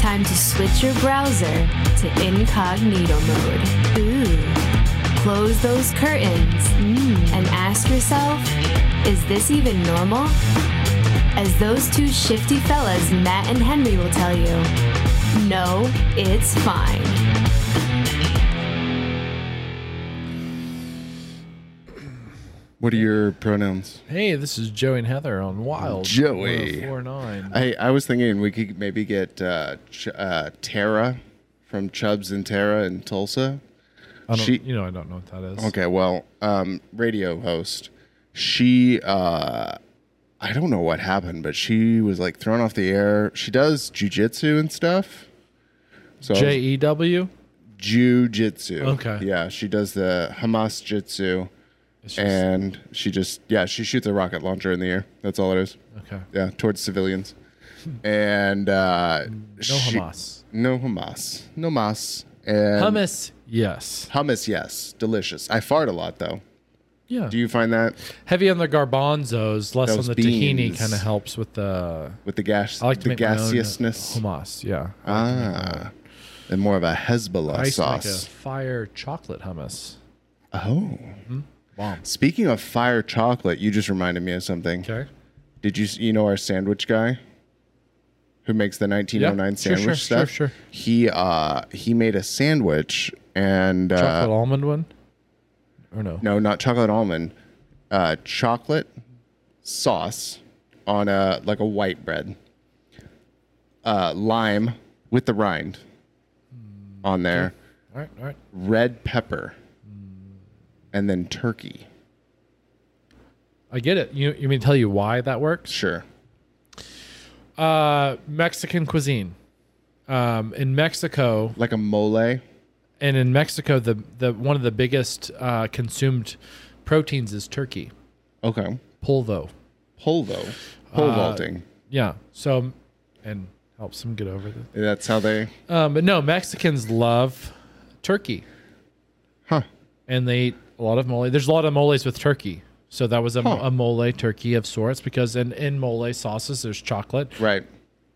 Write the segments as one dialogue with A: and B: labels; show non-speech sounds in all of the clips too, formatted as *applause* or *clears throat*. A: time to switch your browser to incognito mode. Ooh. Close those curtains
B: Mm.
A: and ask yourself, is this even normal? As those two shifty fellas, Matt and Henry, will tell you, no, it's fine.
C: What are your pronouns?
D: Hey, this is Joey and Heather on Wild. oh
C: Joey.
D: Four nine.
C: I, I was thinking we could maybe get uh, Ch- uh, Tara from Chubbs and Tara in Tulsa.
D: I don't,
C: she-
D: you know, I don't know what that is.
C: Okay, well, um, radio host. She, uh, I don't know what happened, but she was like thrown off the air. She does jujitsu and stuff. So
D: J E W.
C: jujitsu.
D: Okay.
C: Yeah, she does the Hamas jitsu,
D: It's just-
C: and she just yeah she shoots a rocket launcher in the air. That's all it is.
D: Okay.
C: Yeah, towards civilians. And uh,
D: No Hamas.
C: No Hamas. No Hamas. And
D: Hummus. Yes.
C: Hummus, yes, delicious. I fart a lot though.
D: Yeah.
C: Do you find that
D: Heavy on the garbanzos, less on
C: Those
D: the
C: beans.
D: tahini. Kind of helps with the.
C: with the gas,
D: I like to
C: the
D: make my own uh,
C: gaseousness?
D: hummus. Yeah.
C: Ah, and more of a Hezbollah
D: I used to make
C: sauce.
D: a fire chocolate hummus.
C: oh,
D: Hmm? Bomb.
C: speaking of fire chocolate, you just reminded me of something.
D: Okay.
C: Did you you know our sandwich guy who makes the 1909
D: Yeah, sure,
C: sandwich
D: sure,
C: stuff?
D: sure, sure.
C: He uh he made a sandwich and uh,
D: Chocolate almond one. Or no?
C: no, not chocolate almond, uh, chocolate sauce on a like a white bread, uh, lime with the rind on there,
D: All right. All right.
C: red pepper, and then turkey.
D: I get it. You you mean tell you why that works?
C: Sure.
D: Uh, Mexican cuisine. Um, in Mexico,
C: Like a mole.
D: and in Mexico, the the one of the biggest uh, consumed proteins is turkey
C: Okay.
D: polvo.
C: Polvo. Pole vaulting.
D: Yeah, so and helps them get over it.
C: That's how they.
D: Um, but no, Mexicans love turkey,
C: Huh.
D: and they eat a lot of mole. There's a lot of moles with turkey. So that was a,
C: Huh.
D: a mole turkey of sorts because in, in mole sauces there's chocolate,
C: Right.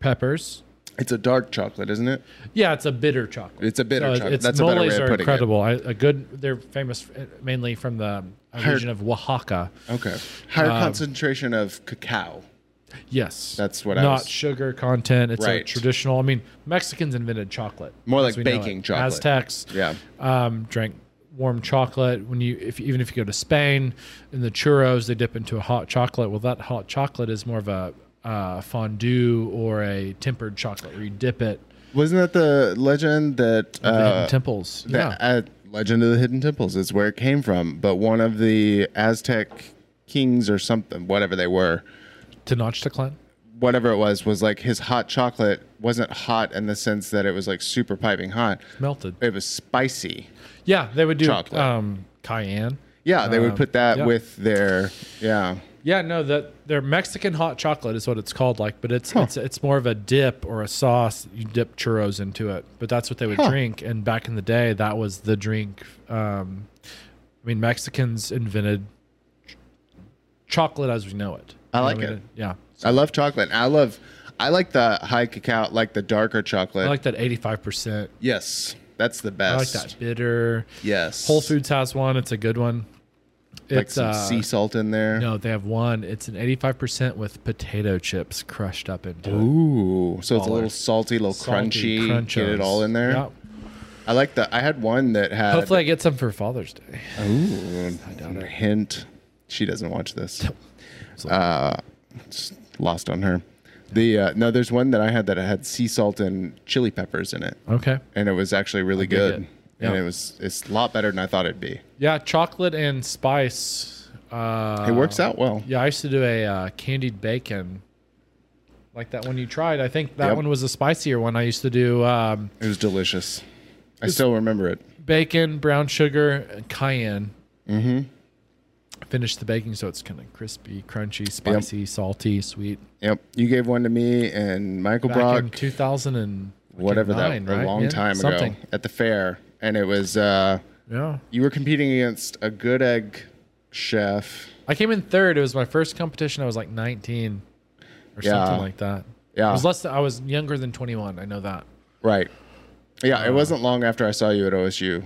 D: peppers.
C: It's a dark chocolate, isn't it?
D: Yeah, it's a bitter chocolate.
C: It's a bitter
D: it's-
C: chocolate.
D: It's,
C: That's a better way
D: moles
C: of
D: are
C: putting it.
D: incredible. I, a good. They're famous uh, mainly from the uh,
C: Heard-
D: region of Oaxaca.
C: Okay. Higher concentration of cacao.
D: Yes,
C: That's what I
D: Not
C: was-
D: sugar content. It's a
C: Right.
D: traditional. I mean, Mexicans invented chocolate.
C: More
D: as
C: like
D: we know it.
C: baking chocolate.
D: Aztecs,
C: Yeah.
D: um, drank warm chocolate. When you, if even if you go to Spain, in the churros, they dip into a hot chocolate. Well, that hot chocolate is more of a uh, fondue or a tempered chocolate where you dip it.
C: Wasn't that the legend that
D: in the hidden
C: uh,
D: temples.
C: the
D: yeah.
C: uh, legend of the hidden temples is where it came from? But one of the Aztec kings or something, whatever they were,
D: Tenochtitlan.
C: whatever it was, was like his hot chocolate wasn't hot in the sense that it was like super piping hot.
D: Melted.
C: It was spicy.
D: Yeah, they would do
C: Chocolate.
D: um cayenne.
C: Yeah, they would
D: Um,
C: put that
D: yeah.
C: with their yeah.
D: Yeah, no, that their Mexican hot chocolate is what it's called like, but it's it's it's more of a dip or a sauce. You dip churros into it. But that's what they would drink and back in the day that was the drink. Um I mean Mexicans invented ch- chocolate as we know it.
C: I
D: You know
C: like
D: what
C: it.
D: Yeah.
C: I love chocolate. I love I like the high cacao, like the darker chocolate.
D: I like that 85%.
C: yes, that's the
D: I like
C: best.
D: that bitter.
C: Yes,
D: Whole Foods has one. It's a good one.
C: like
D: It's
C: some
D: uh,
C: sea salt in there.
D: No, they have one. It's an 85% with potato chips crushed up into it.
C: Ooh, so it's a
D: Baller.
C: little salty, little
D: Salty
C: crunchy. Get it
D: crunchos.
C: all in there.
D: Yep.
C: I like the. I had one that had.
D: Hopefully, I get some for Father's Day.
C: Ooh, hint. She doesn't watch this. Uh, it's lost on her. The uh, no, there's one that I had that had sea salt and chili peppers in it,
D: Okay.
C: and it was actually really good.
D: it. Yeah.
C: And it was it's a lot better than I thought it'd be.
D: Yeah, chocolate and spice. Uh,
C: It works out well.
D: Yeah, I used to do a uh, candied bacon, like that one you tried. I think that
C: Yep.
D: one was a spicier one. I used to do um,
C: It was delicious. I still remember it.
D: bacon, brown sugar, and cayenne. Mm-hmm. Finish the baking so it's kind of crispy, crunchy, spicy, salty, sweet.
C: Yep, you gave one to me and Michael
D: Back
C: Brock.
D: in 2000
C: whatever that a long time ago at the fair and it was uh
D: Yeah.
C: you were competing against a good egg chef
D: I came in third. It was my first competition. I was like 19 or
C: Yeah.
D: something like that.
C: Yeah.
D: I was less than, I was younger than 21. I know that.
C: Right. Yeah, it wasn't long after I saw you at OSU.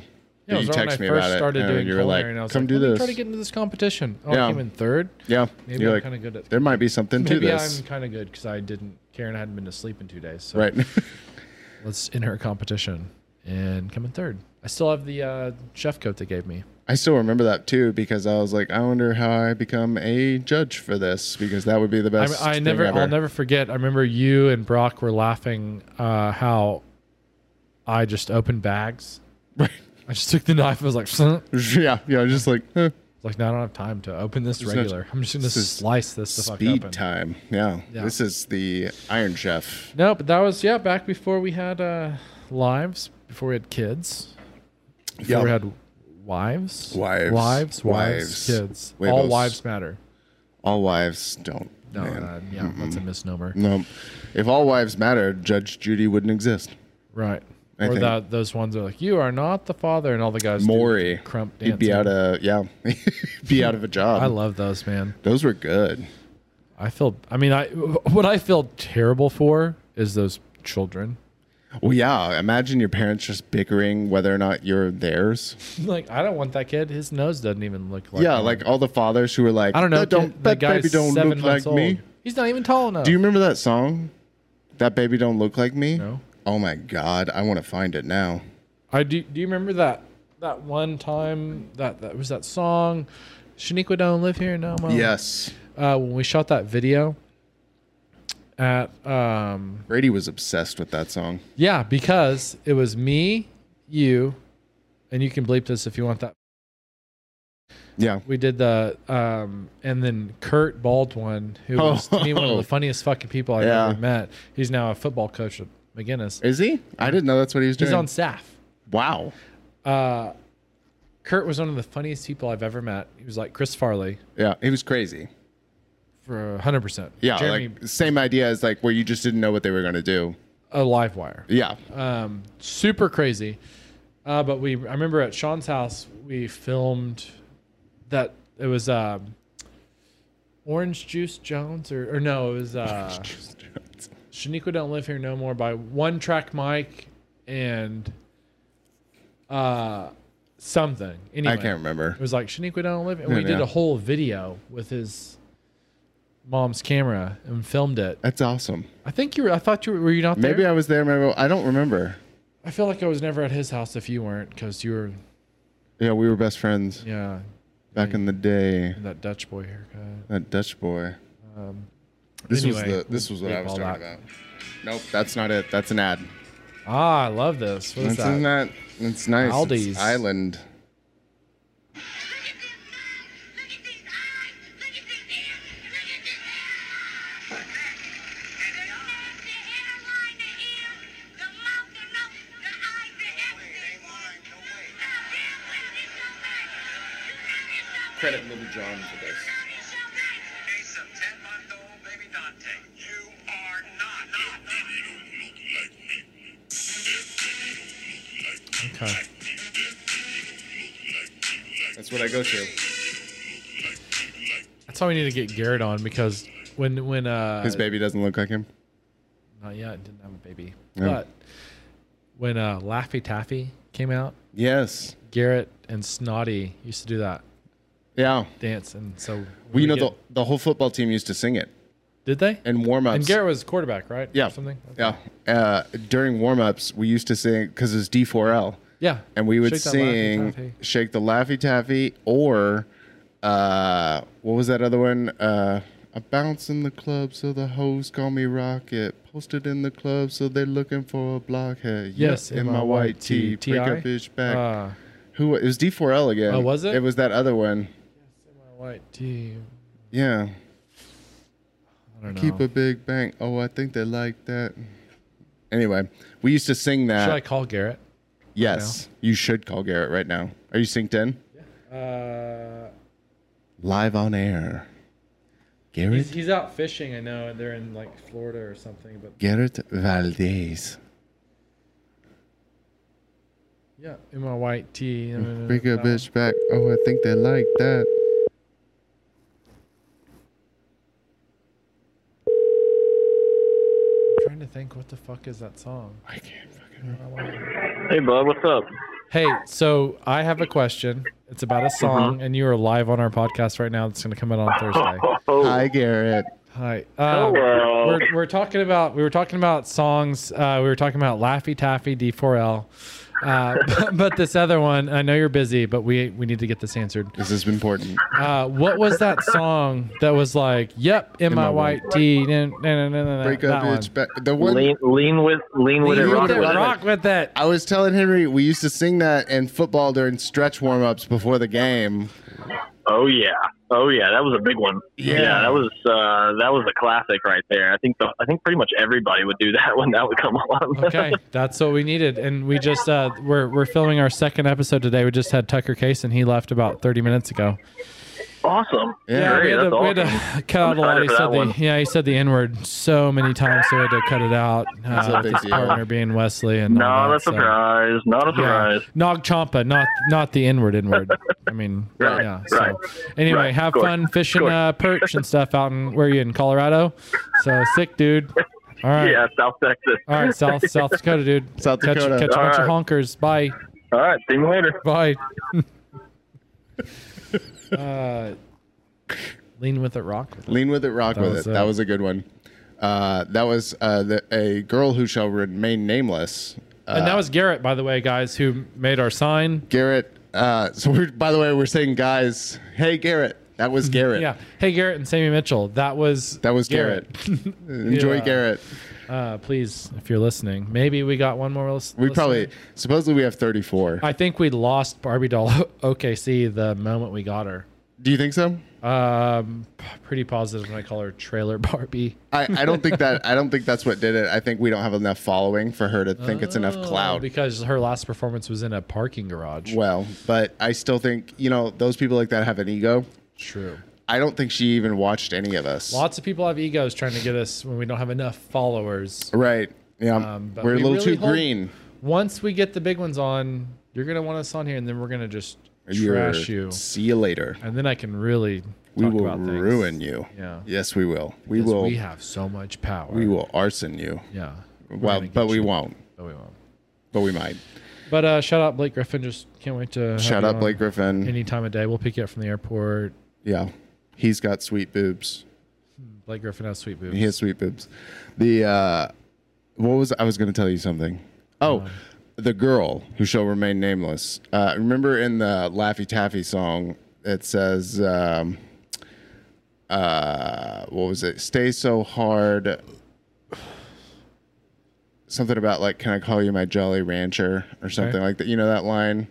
D: Uh, Yeah,
C: that
D: it
C: you
D: was right when I
C: texted me
D: first
C: about it.
D: started
C: and
D: doing
C: you were
D: culinary,
C: like,
D: and I was
C: "Come
D: like,
C: do
D: let me
C: this."
D: try to get into this competition. Oh,
C: Yeah.
D: I came in third.
C: yeah,
D: Maybe
C: you're
D: I'm
C: like,
D: kinda good at-
C: there might be something to
D: Maybe
C: this,
D: I'm kind of good because I didn't. Karen hadn't been to sleep in two days.
C: *laughs*
D: So
C: right?
D: let's enter a competition and come in third. I still have the uh, chef coat they gave me.
C: I still remember that too because I was like, I wonder how I become a judge for this because that would be the best.
D: I, I
C: thing
D: never,
C: ever.
D: I'll never forget. I remember you and Brock were laughing uh, how I just opened bags.
C: *laughs* Right. *laughs*
D: I just took the knife. I was like, *laughs*
C: yeah, yeah. Just like eh,
D: like, no, I don't have time to open this
C: no-
D: regular. I'm just gonna
C: this is
D: slice this the fuck
C: speed
D: open.
C: time. Yeah.
D: Yeah.
C: this is the Iron Chef.
D: No, but that was yeah back before we had uh, lives, before we had kids, before
C: Yeah.
D: we had wives,
C: Wives.
D: wives, wives,
C: Wives.
D: kids. All
C: Huevos.
D: wives matter.
C: All wives don't.
D: No,
C: man.
D: uh, yeah, that's a misnomer.
C: No, if all wives mattered, Judge Judy wouldn't exist.
D: Right.
C: I
D: or
C: think-
D: that those ones are like, you are not the father, and all the guys do
C: Maury,
D: crump dancing.
C: he'd be out of yeah, *laughs* be out of a job.
D: I love those, man.
C: Those were good.
D: I feel. I mean, I *laughs* what I feel terrible for is those children.
C: Well, yeah. Imagine your parents just bickering whether or not you're theirs.
D: like, I don't want that kid. His nose doesn't even look like.
C: yeah,
D: mine.
C: like all the fathers who were like,
D: I don't know.
C: That, don't,
D: kid- the
C: that
D: guy's
C: baby don't
D: seven
C: look like
D: months old.
C: me.
D: He's not even tall enough.
C: Do you remember that song? That baby don't look like me.
D: No.
C: Oh my god, I want to find it now.
D: I do. Do you remember that that one time that that was that song? Shaniqua don't live here no more.
C: Yes,
D: Uh, when we shot that video at um
C: Brady was obsessed with that song.
D: Yeah, because it was me, you, and you can bleep this if you want that.
C: Yeah,
D: We did the um and then Kurt Baldwin, who was to me one
C: *laughs*
D: of
C: Oh.
D: the funniest fucking people I've
C: Yeah.
D: ever met. He's now a football coach at McGinnis.
C: is he? I didn't know that's what he was doing.
D: He's on staff. Uh,
C: wow.
D: Kurt was one of the funniest people I've ever met. He was like Chris Farley
C: Yeah, he was crazy.
D: for hundred percent.
C: Yeah,
D: Jeremy
C: like same idea as like where you just didn't know what they were gonna do.
D: a live wire.
C: Yeah,
D: um, super crazy. Uh, but we, I remember at Sean's house, we filmed that it was um, Orange Juice Jones, or, or no, it was uh, Shaniqua Don't Live Here No More by One Track Mike and uh, something. Anyway,
C: I can't remember.
D: It was like Shaniqua Don't Live Here. And we
C: Yeah,
D: did
C: yeah.
D: a whole video with his mom's camera and filmed it.
C: That's awesome.
D: I think you were, I thought you were, were you not there?
C: Maybe I was there. Maybe I don't remember.
D: I feel like I was never at his house if you weren't, because you were,
C: Yeah, we were best friends
D: yeah,
C: back in the day.
D: in that Dutch boy haircut.
C: That Dutch boy. this
D: Um, anyway,
C: was the this was what
D: we'll
C: I was
D: leave
C: talking
D: all that.
C: about. Nope, that's not it. That's an ad.
D: Ah, I love this. What is
C: That's
D: that?
C: not. It's nice.
D: Aldi's.
C: It's island. Credit Little John for this.
E: Case of 10-month-old baby Dante. You are not. Not. Not. You don't look like me.
D: Okay.
C: That's what I go to.
D: That's how we need to get Garrett on because when when uh
C: His baby doesn't look like him.
D: not yet didn't have a baby,
C: Yeah.
D: but when uh Laffy Taffy came out,
C: Yes.
D: Garrett and Snotty used to do that
C: Yeah.
D: dance, and so
C: Well, you know
D: we get-
C: the the whole football team used to sing it
D: did they?
C: in warm ups.
D: And Garrett was quarterback, right?
C: Yeah.
D: Or something.
C: Yeah. Uh, during warm ups, we used to sing because it's D4L.
D: Yeah.
C: And we would
D: Shake that Laffy
C: sing
D: Taffy.
C: Shake the Laffy Taffy or uh, what was that other one? Uh, I bounce in the club so the hoes call me Rocket. Posted in the club so they're looking for a blockhead.
D: Yes,
C: in my white tee.
D: T-
C: Break a
D: TI?
C: bitch back.
D: Uh,
C: Who it was D4L again?
D: Oh, was it?
C: It was that other one.
D: my white tee.
C: Yeah.
D: I don't know.
C: Keep a big bang. Oh, I think they like that. Anyway, we used to sing that.
D: Should I call Garrett?
C: Yes, you should call Garrett right now. Are you synced in?
D: Uh,
C: Live on air. Garrett
D: he's, he's out fishing. I know they're in like Florida or something, but
C: Garrett Valdez.
D: yeah, in my white tee.
C: Bring a bitch back. Oh, I think they like that.
D: I'm trying to think, what the fuck is that song?
C: I can't fucking
F: Hey, bud, what's up?
D: Hey, so I have a question. It's about a song, and you are live on our podcast right now. That's going to come out on Thursday.
C: Hi, Garrett.
D: Hi. Um,
F: Hello.
D: We're, we're talking about we were talking about songs. Uh, we were talking about Laffy Taffy D4L, uh, *laughs* but, but this other one. I know you're busy, but we we need to get this answered.
C: This is important.
D: Uh, what was that song that was like? Yep, in, my,
C: my
D: white tee. Break up,
C: Break up, bitch. Back. The one
F: lean, lean with, lean with it,
C: Lean
F: rock
C: with
F: with
C: it,
F: it.
D: Rock with it.
C: I was telling Henry we used to sing that in football during stretch warm-ups before the game.
F: Oh yeah, oh yeah, that was a big one.
C: Yeah.
F: that was uh, that was a classic right there. I think the, I think pretty much everybody would do *laughs* that when that would come on.
D: Okay, that's what we needed, and we just uh, we're we're filming our second episode today. We just had Tucker Case, and he left about thirty minutes ago.
F: *laughs* awesome.
C: Yeah,
F: Great,
D: we had
F: that's
D: to, we had
F: awesome.
D: *laughs* to cut out a lot.
F: excited
D: He
F: for
D: said
F: that
D: the
F: one.
D: yeah, he said the N word so many times, so we had to cut it out.
C: a
D: Uh, with
C: big
D: his
C: deal.
D: partner being Wesley and all
F: Not
D: that,
F: a
D: so-
F: surprise. Not
D: uh,
F: a
D: Yeah,
F: surprise.
D: Nog Champa, not not the N word, N
F: *laughs*
D: word. I mean,
F: Right,
D: yeah.
F: right,
D: So anyway,
F: right,
D: have
F: of course,
D: fun fishing
F: of course.
D: uh, perch and stuff out in where are you in Colorado. So sick, dude. All
F: Yeah,
D: right.
F: South Texas.
D: All right, South South Dakota,
C: *laughs*
D: dude.
C: South
D: catch,
C: Dakota.
D: Catch a
F: All
D: bunch of honkers.
F: right.
D: Bye.
F: All right, see you later. *laughs*
D: Bye. uh, lean with it, rock with it.
C: Lean with it, rock
D: That
C: with
D: was
C: it.
D: it.
C: That was a good one. Uh, that was uh, the, a girl who shall remain nameless. Uh,
D: and that was Garrett, by the way, guys, who made our sign.
C: Garrett. Uh, so we're by the way, we're saying guys, hey Garrett. That was Garrett.
D: Yeah. Hey, Garrett and Sammy Mitchell. That was
C: That was Garrett.
D: *laughs*
C: Enjoy
D: Yeah.
C: Garrett.
D: Uh, please, if you're listening, maybe we got one more. Lis-
C: We
D: listener.
C: probably supposedly we have 34.
D: I think we lost Barbie doll *laughs* OKC the moment we got her.
C: Do you think so?
D: Um, p- pretty positive when I call her trailer Barbie.
C: I, I don't think
D: *laughs*
C: that I don't think that's what did it. I think we don't have enough following for her to think it's
D: Oh,
C: enough clout.
D: because her last performance was in a parking garage.
C: Well, but I still think you know those people like that have an ego.
D: True.
C: I don't think she even watched any of us.
D: Lots of people have egos trying to get us when we don't have enough followers.
C: Right? Yeah,
D: Um, but
C: we're a
D: we
C: little
D: really
C: too
D: hold-
C: green.
D: Once we get the big ones on, you're gonna want us on here, and then we're gonna just
C: You're-
D: trash you.
C: See you later.
D: and then I can really talk
C: We will
D: about things.
C: ruin you.
D: Yeah.
C: Yes, we will. We
D: 'Cause
C: will.
D: We have so much power.
C: we will arson you.
D: Yeah. We're
C: Well,
D: gonna get
C: but we
D: you,
C: won't.
D: But we won't.
C: But we might.
D: But uh, shout out Blake Griffin. Just can't wait to have
C: Shout
D: you
C: out
D: on
C: Blake Griffin.
D: Any time of day, we'll pick you up from the airport.
C: yeah, he's got sweet boobs.
D: Blake Griffin has sweet boobs.
C: He has sweet boobs. The uh, what was I was going to tell you something. Oh, the girl who shall remain nameless. Uh, remember in the Laffy Taffy song, it says, um, uh, "What was it? Stay so hard." Something about like, "Can I call you my Jolly Rancher?" or something like that. You know that line.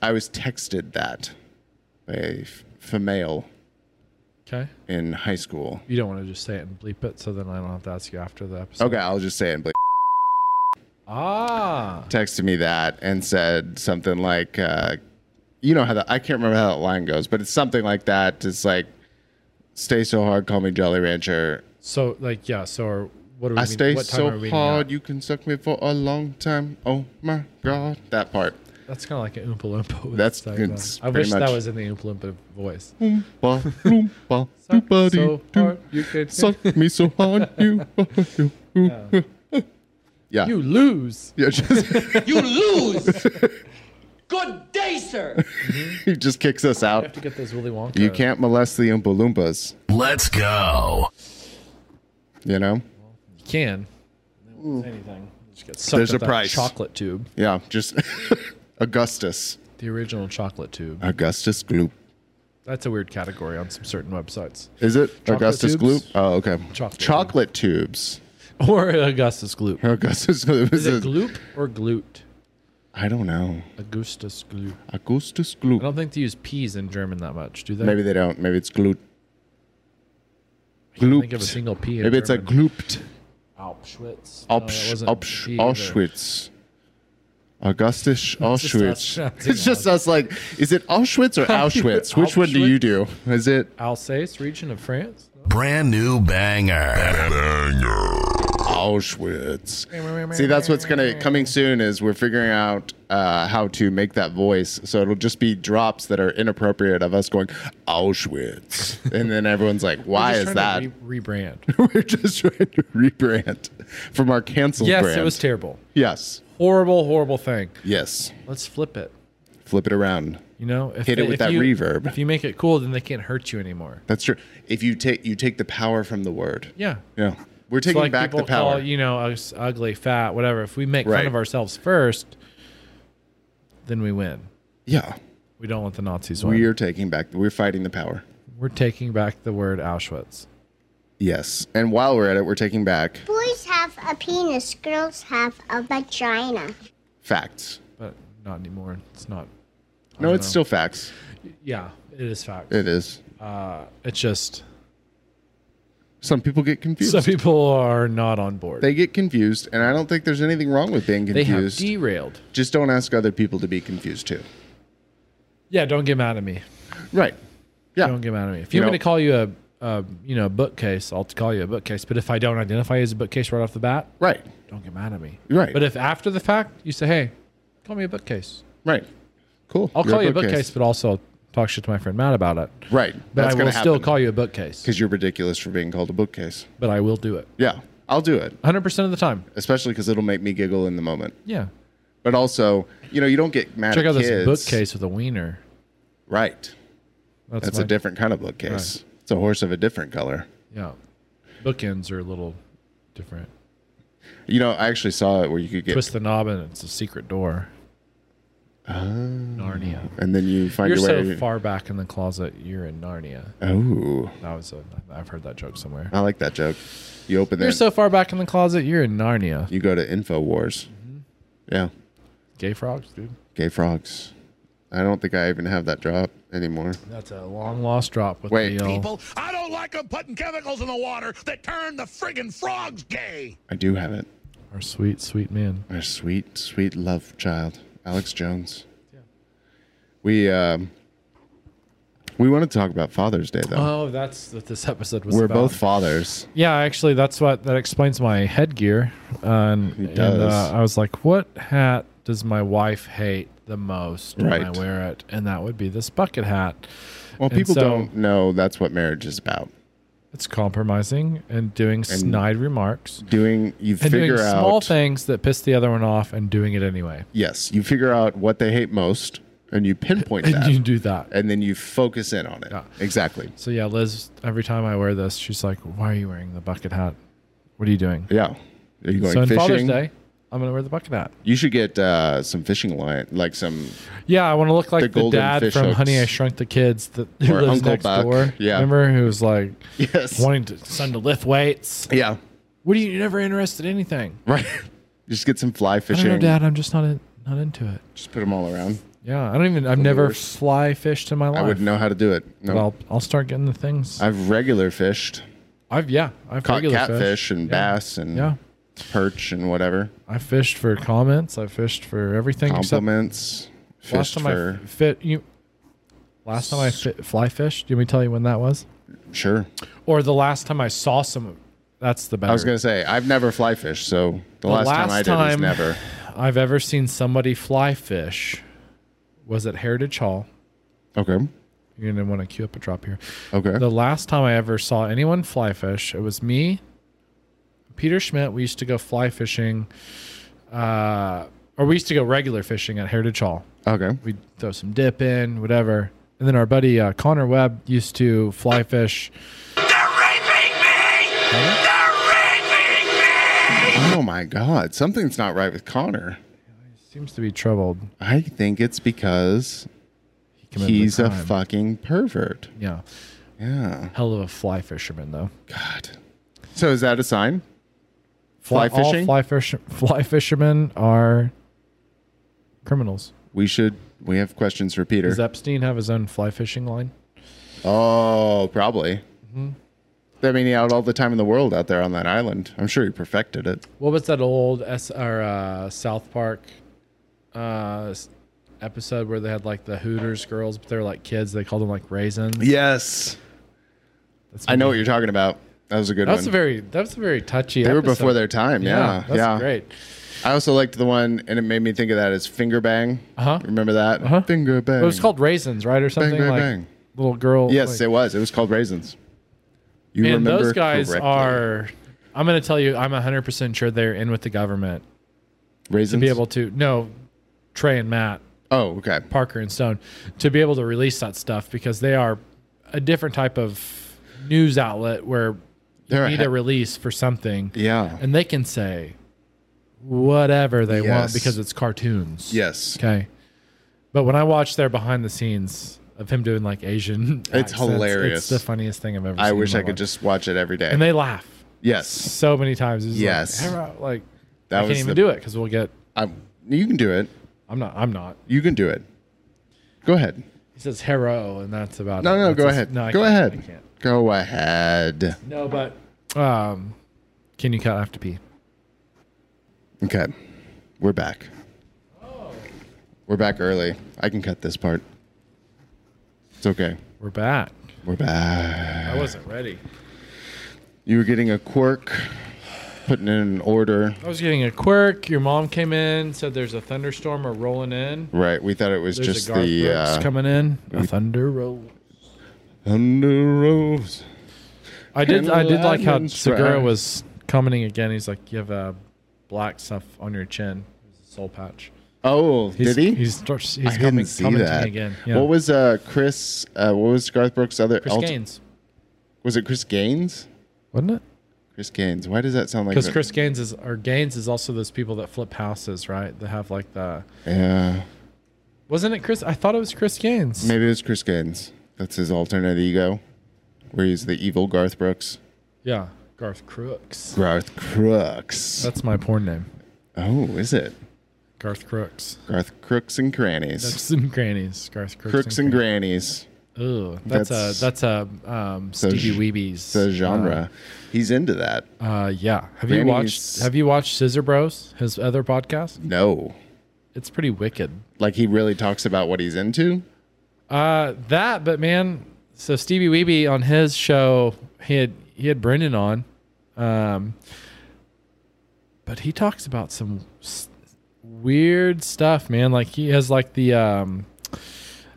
C: I was texted that by a f- female
D: Okay.
C: in high school.
D: You don't want to just say it and bleep it, so then I don't have to ask you after the episode.
C: Okay, I'll just say it. But
D: Ah.
C: texted me that and said something like, uh, you know how that, I can't remember how that line goes, but it's something like that. It's like, stay so hard, call me Jolly Rancher.
D: So like yeah. So are, what do we?
C: I
D: mean-
C: stay
D: what time are
C: so
D: we meeting
C: hard,
D: at?
C: you can suck me for a long time. Oh my God. That part.
D: That's kind of like an Oompa Loompa. with
C: That's-
D: stuff,
C: it's
D: though. I
C: pretty
D: wish
C: much-
D: that was in the Oompa Loompa voice.
C: Ba,
D: *laughs*
C: boom, ba,
D: So-
C: doobody
D: so
C: doo.
D: hard you can-
C: Suck me so hard,
D: *laughs*
C: you. Yeah.
D: You lose.
C: Yeah, just,
G: You lose.
C: *laughs*
G: Good day, sir.
C: he just kicks us out.
D: To get those Willy Wonka.
C: You can't molest the Oompa Loompas,
H: Let's go.
C: you know?
D: You can. They won't say anything. You Just get sucked
C: There's
D: up
C: a
D: that
C: price.
D: Chocolate tube.
C: Yeah, just *laughs* Augustus.
D: The original chocolate tube.
C: Augustus Gloop.
D: That's a weird category on some certain websites. *laughs*
C: Is it Augustus
D: tubes?
C: Gloop? Oh, okay.
D: Chocolate.
C: tubes.
D: Or Augustus Gloop.
C: Augustus Gloop.
D: Is it gloop or glute?
C: I don't know.
D: Augustus Gloop.
C: Augustus
D: I
C: Gloop.
D: don't think they use P's in German that much, do they?
C: Maybe they don't. Maybe it's Gloop.
D: I
C: Glooped.
D: can't think of a single P. In
C: Maybe it's a
D: German.
C: Gloopt.
D: Auschwitz. No, Uh, that
C: Opsh,
D: wasn't
C: Opsh,
D: P either.
C: Auschwitz.
D: *laughs*
C: Augustus
D: just us
C: Auschwitz. *laughs*
D: pronouncing
C: It's just us like, is it Auschwitz
D: *laughs*
C: or Auschwitz? Which one do you do? Is it
D: Alsace region of France.
H: Brand new banger.
D: *laughs*
C: Auschwitz. See, that's what's gonna coming soon is we're figuring out uh, how to make that voice. So it'll just be drops that are inappropriate of us going Auschwitz, and then everyone's
D: *laughs*
C: like, "Why
D: Just
C: is that?"
D: trying to
C: *laughs*
D: re- rebrand?
C: we're just trying to rebrand from our canceled
D: yes,
C: brand.
D: it was terrible.
C: yes,
D: horrible, horrible thing.
C: Yes.
D: Let's flip it.
C: Flip it around.
D: You know, if
C: Hit it
D: they-
C: with
D: if
C: that
D: you-
C: reverb.
D: If you make it cool, then they can't hurt you anymore.
C: That's true. If you take you take the power from the word.
D: Yeah.
C: Yeah. We're
D: It's
C: taking
D: like
C: back the
D: people
C: power.
D: Call, you know, us ugly, fat, whatever. If we make
C: Right.
D: fun of ourselves first, then we win.
C: yeah.
D: We don't want the Nazis win.
C: We
D: We're,
C: are taking back we're fighting the power.
D: taking back the word Auschwitz.
C: Yes. And while we're at it, we're taking back
I: Boys have a penis, girls have a vagina.
C: facts.
D: but not anymore. It's not.
C: No, it's still facts.
D: Yeah, it is fact.
C: It is.
D: it's just
C: Some people get confused.
D: some people are not on board.
C: they get confused, and I don't think there's anything wrong with being
D: They have
C: confused.
D: derailed.
C: Just don't ask other people to be confused too.
D: Yeah, don't get mad at me.
C: Right. Yeah.
D: Don't get mad at me. If
C: You
D: you're
C: know-
D: going to call you a, a you know a bookcase, I'll call you a bookcase. But if I don't identify you as a bookcase right off the bat,
C: Right.
D: don't get mad at me.
C: Right.
D: But if after the fact you say, "Hey, call me a bookcase,"
C: Right. Cool.
D: I'll
C: You're
D: call you a bookcase, but also I'll talk shit to my friend Matt about it.
C: Right.
D: But I will still
C: happen.
D: call you a bookcase.
C: because you're ridiculous for being called a bookcase.
D: But I will do it
C: Yeah, I'll do it,
D: 100 percent of the time.
C: especially because it'll make me giggle in the moment.
D: Yeah.
C: But also, you know, you don't get mad
D: Check
C: at
D: out
C: kids.
D: this bookcase with a wiener.
C: Right. That's
D: my-
C: a different kind of bookcase. It's a horse of a different color.
D: Yeah. Bookends are a little different.
C: You know, I actually saw it where you could get,
D: Twist the knob and it's a secret door. Narnia.
C: and then you Ah. find
D: You're
C: your
D: so
C: way.
D: far back in the closet, you're in Narnia.
C: Oh,
D: That was a, I've heard that joke somewhere.
C: I like that joke. You open
D: You're
C: that.
D: so far back in the closet, you're in Narnia.
C: you go to Infowars.
D: Mm-hmm.
C: Yeah,
D: Gay frogs, dude.
C: gay frogs. I don't think I even have that drop anymore.
D: That's a long lost drop with
C: Wait.
D: the old-
H: People, I don't like them putting chemicals in the water that turn the friggin' frogs gay.
C: I do have it.
D: our sweet, sweet man.
C: Our sweet, sweet love child, Alex Jones. We um, we want to talk about Father's Day though.
D: Oh, that's what this episode was
C: We're
D: about.
C: both fathers.
D: Yeah, actually, that's what that explains my headgear. Uh, and and,
C: does.
D: uh, I was like, what hat does my wife hate the most when I
C: Right.
D: wear it? And that would be this bucket hat.
C: Well,
D: And
C: people
D: so-
C: don't know that's what marriage is about.
D: It's compromising and doing snide remarks
C: Doing you
D: and
C: figure
D: doing
C: out
D: small things that piss the other one off and doing it anyway.
C: yes, you figure out what they hate most, and you pinpoint
D: And
C: that,
D: you do that.
C: and then you focus in on it.
D: Yeah.
C: Exactly.
D: So yeah, Liz, every time I wear this, she's like, "Why are you wearing the bucket hat? What are you doing?"
C: Yeah. Are you going
D: so on
C: fishing?
D: Father's Day, I'm gonna wear the bucket hat.
C: You should get uh, some fishing line, like some *laughs*
D: Yeah, I want to look
C: The
D: like the,
C: golden
D: dad
C: fish
D: from
C: hooks.
D: Honey I Shrunk the Kids that *laughs* who
C: Or
D: lives
C: Uncle
D: next
C: Buck.
D: door.
C: Yeah.
D: remember who was like
C: yes,
D: wanting to son to lift weights.
C: yeah,
D: What are you? You're never interested in anything.
C: right. *laughs* Just get some fly
D: I
C: fishing.
D: don't know, Dad. I'm just not in, not into it.
C: Just put them all around.
D: Yeah, I don't even. I've never
C: worst.
D: fly fished in my life.
C: I wouldn't know how to do it. No,
D: But I'll I'll start getting the things. I've,
C: I've regular fished,
D: yeah, I've
C: caught
D: regular
C: catfish
D: fished.
C: and bass and
D: Yeah,
C: perch and whatever.
D: I fished for comments. I fished for everything except
C: Compliments.
D: last
C: Fished
D: time
C: for
D: I fit you. Last time I fi- fly fished. Do you want me to tell you when that was?
C: sure.
D: Or the last time I saw some. That's the better.
C: I was gonna say I've never fly fished, so the, last, time I
D: last
C: did was
D: time-
C: never.
D: I've ever seen somebody fly fish was at Heritage Hall.
C: Okay.
D: You're gonna want to queue up a drop here.
C: Okay.
D: The last time I ever saw anyone fly fish, it was me, Peter Schmidt. We used to go fly fishing, uh, or we used to go regular fishing at Heritage Hall.
C: okay.
D: We'd throw some dip in, whatever. And then our buddy uh, Connor Webb used to fly fish.
C: Oh my God! Something's not right with Connor.
D: Seems to be troubled.
C: I think it's because
D: He committed the
C: he's a
D: crime.
C: fucking pervert.
D: Yeah,
C: Yeah.
D: hell of a fly fisherman though.
C: God. So is that a sign? Fly
D: all
C: fishing?
D: fly fish, fly fishermen are criminals.
C: We should. We have questions for Peter.
D: Does Epstein have his own fly fishing line?
C: Oh, probably. I mean, he had all the time in the world out there on that island. I'm sure he perfected it.
D: What was that old S or uh, South Park uh, s- episode where they had like the Hooters girls, but they were like kids. They called them like raisins.
C: Yes,
D: That's
C: I know what you're talking about. That was a good
D: That's a
C: one.
D: very that's a very touchy.
C: they were
D: episode.
C: before their time. Yeah, yeah.
D: that's great.
C: I also liked the one, and it made me think of that as finger bang.
D: Uh-huh.
C: Remember that?
D: Uh-huh.
C: Finger bang.
D: It was called raisins, right, or something
C: bang,
D: like
C: bang.
D: little girl.
C: Yes,
D: like,
C: it was. It was called raisins. You
D: and
C: remember
D: those guys
C: correctly.
D: are. I'm going to tell you, I'm 100 percent sure they're in with the government
C: Raisins.
D: to be able to no Trey and Matt
C: Oh, okay.
D: Parker and Stone to be able to release that stuff because they are a different type of news outlet where
C: They're
D: you
C: a
D: need
C: he-
D: a release for something.
C: Yeah.
D: And they can say whatever they want
C: Yes.
D: because it's cartoons.
C: Yes.
D: Okay. But when I watch their behind the scenes of him doing like Asian, accents,
C: hilarious.
D: It's the funniest thing I've ever seen.
C: I
D: in
C: wish
D: my
C: I could
D: life.
C: just watch it every day.
D: And they laugh
C: yes.
D: so many times. It's just
C: Yes.
D: Like, "Hurrah," like,
C: That
D: I can't
C: was
D: even
C: the-
D: do it because we'll get.
C: I'm, you can do it.
D: I'm not. I'm not.
C: You can do it. Go ahead.
D: He says hero, and that's about
C: No,
D: it.
C: no,
D: That's
C: go
D: his-
C: ahead.
D: No, I
C: go
D: can't,
C: ahead.
D: I can't.
C: Go ahead.
D: No, but um, can you cut? I have to pee.
C: Okay. We're back. We're back early. I can cut this part. It's okay.
D: We're back.
C: We're back.
D: I wasn't ready.
C: You were getting a quirk, putting in an order.
D: I was getting a quirk. Your mom came in, said there's a thunderstorm or rolling in.
C: Right. We thought it was
D: There's
C: just
D: a Garth
C: the
D: Brooks
C: uh,
D: coming in. A thunder roll.
C: Thunder Rose.
D: I did. I did like how
C: Candlelight
D: Segura
C: and
D: was commenting again. He's like, "You have a black stuff on your chin." It was a soul patch.
C: Oh,
D: He's,
C: did he?
D: He starts. He's
C: I
D: coming,
C: didn't see
D: commenting
C: that.
D: again. Yeah.
C: What was uh, Chris? Uh, what was Garth Brooks' other?
D: Chris
C: alt-
D: Gaines?
C: Was it Chris Gaines?
D: Wasn't it?
C: Chris Gaines. Why does that sound like?
D: Because
C: the-
D: Chris Gaines is or Gaines is also those people that flip houses, right? That have like the
C: Yeah,
D: wasn't it Chris? I thought it was Chris Gaines.
C: maybe it was Chris Gaines. That's his alternate ego, where he's the evil Garth Brooks.
D: Yeah, Garth Crooks.
C: Garth Crooks.
D: That's my porn name,
C: oh, is it
D: Garth Crooks. *laughs*
C: Garth Crooks and Crannies?
D: That's some grannies, Garth Crooks.
C: Crooks and Grannies.
D: Ooh, that's,
C: That's-
D: a that's a um,
C: So
D: Stevie
C: sh-
D: Weeby's
C: It's a genre.
D: Ah.
C: he's into that.
D: Uh, uh, yeah. Have you
C: Grannies-
D: watched Have you watched Scissor Bros? His other podcast.
C: No,
D: It's pretty wicked.
C: like he really talks about what he's into.
D: Uh, that, but man, so Stevie Weeby on his show, he had he had Brendan on, um, but he talks about some s- weird stuff, man. Like he has like the um,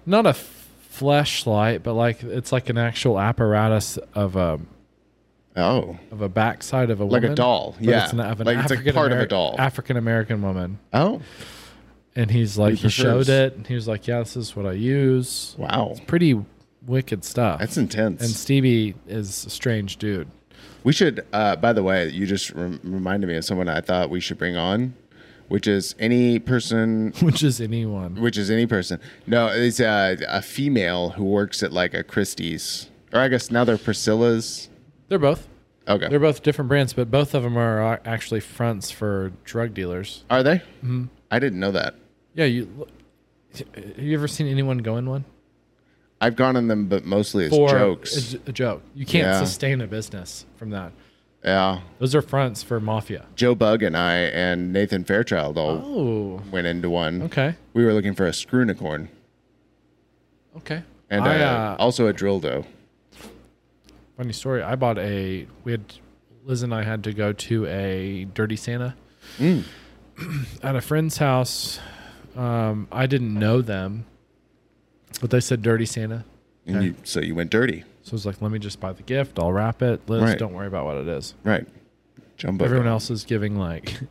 D: not a f- fleshlight, but like it's like an actual apparatus of a
C: Oh,
D: of a backside of a
C: Like a
D: woman,
C: doll,
D: but
C: yeah.
D: it's an, of an
C: Like, it's like part of a
D: Afri-
C: doll.
D: African American woman,
C: oh,
D: and he's like
C: He
D: he, showed
C: prefers-
D: it, and he was like, yeah, this is what I use.
C: wow,
D: Pretty wicked stuff.
C: that's intense.
D: And Stevie is a strange dude. *laughs*
C: We should, uh, by the way, you just rem- reminded me of someone I thought we should bring on, which is any person,
D: Which is anyone.
C: which is any person. No, it's a, a female who works at like a Christie's, or I guess now they're Priscilla's.
D: They're both.
C: Okay.
D: They're both different brands, but both of them are uh, actually fronts for drug dealers.
C: Are they? Mm-hmm. I didn't know that.
D: Yeah, you. look- Have you ever seen anyone go in one?
C: I've gone on them, but mostly as jokes.
D: it's a joke. You can't
C: Yeah.
D: sustain a business from that.
C: yeah.
D: Those are fronts for mafia.
C: Joe Bug and I and Nathan Fairchild all
D: Oh,
C: went into one.
D: okay,
C: We were looking for a screwnicorn
D: okay.
C: and
D: I,
C: uh,
D: uh,
C: also a dildo.
D: funny story. I bought a. We had Liz and I had to go to a Dirty Santa
C: Mm.
D: *clears throat* at a friend's house. Um, I didn't know them, but they said Dirty Santa,
C: And you, so you went dirty.
D: so I was like, "Let me just buy the gift. I'll wrap it. Liz,
C: Right.
D: don't worry about what it is."
C: Right. Jumbo.
D: Everyone else is giving like. *laughs*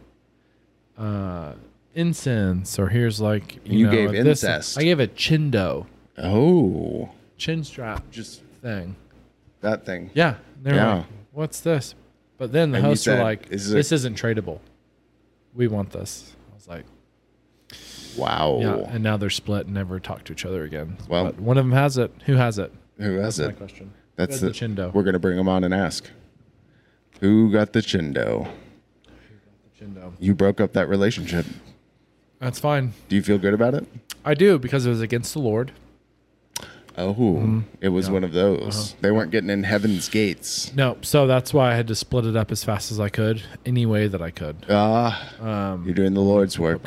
D: Uh, incense or here's like you,
C: You
D: know,
C: gave
D: this-
C: incest.
D: I gave a chindo
C: Oh.
D: chin strap
C: Just
D: thing.
C: that thing.
D: Yeah. They're
C: Yeah.
D: like, what's this? But then the
C: And you
D: hosts were
C: said,
D: like,
C: "This
D: this,
C: is a-
D: isn't tradable. We want this. I was like,
C: Wow.
D: yeah. And now they're split and never talk to each other again.
C: Well-
D: but one of them has it. Who has it?
C: Who has
D: That's my
C: it?
D: question.
C: That's
D: Who has the chindo?
C: We're gonna bring him on and ask. Who got the chindo?
D: Chindo.
C: You broke up that relationship.
D: That's fine.
C: Do you feel good about it?
D: I do because it was against the Lord.
C: Oh, it was one of those.
D: Uh-huh.
C: They weren't getting in heaven's gates.
D: No. So that's why I had to split it up as fast as I could, any way that I could.
C: Ah,
D: Um,
C: you're doing the Lord's work.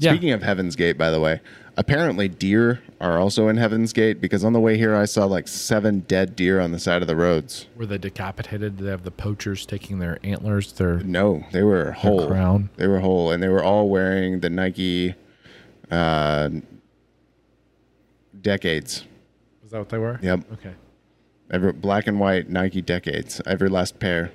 D: Yeah.
C: Speaking of Heaven's Gate, by the way, apparently deer are also in Heaven's Gate because on the way here I saw like seven dead deer on the side of the roads.
D: Were they decapitated? Did they have the poachers taking their antlers? Their
C: No, they were whole.
D: crown?
C: They were whole, and they were all wearing the Nike uh, decades.
D: was that what they were?
C: Yep,
D: Okay.
C: every black and white Nike decades. Every last pair.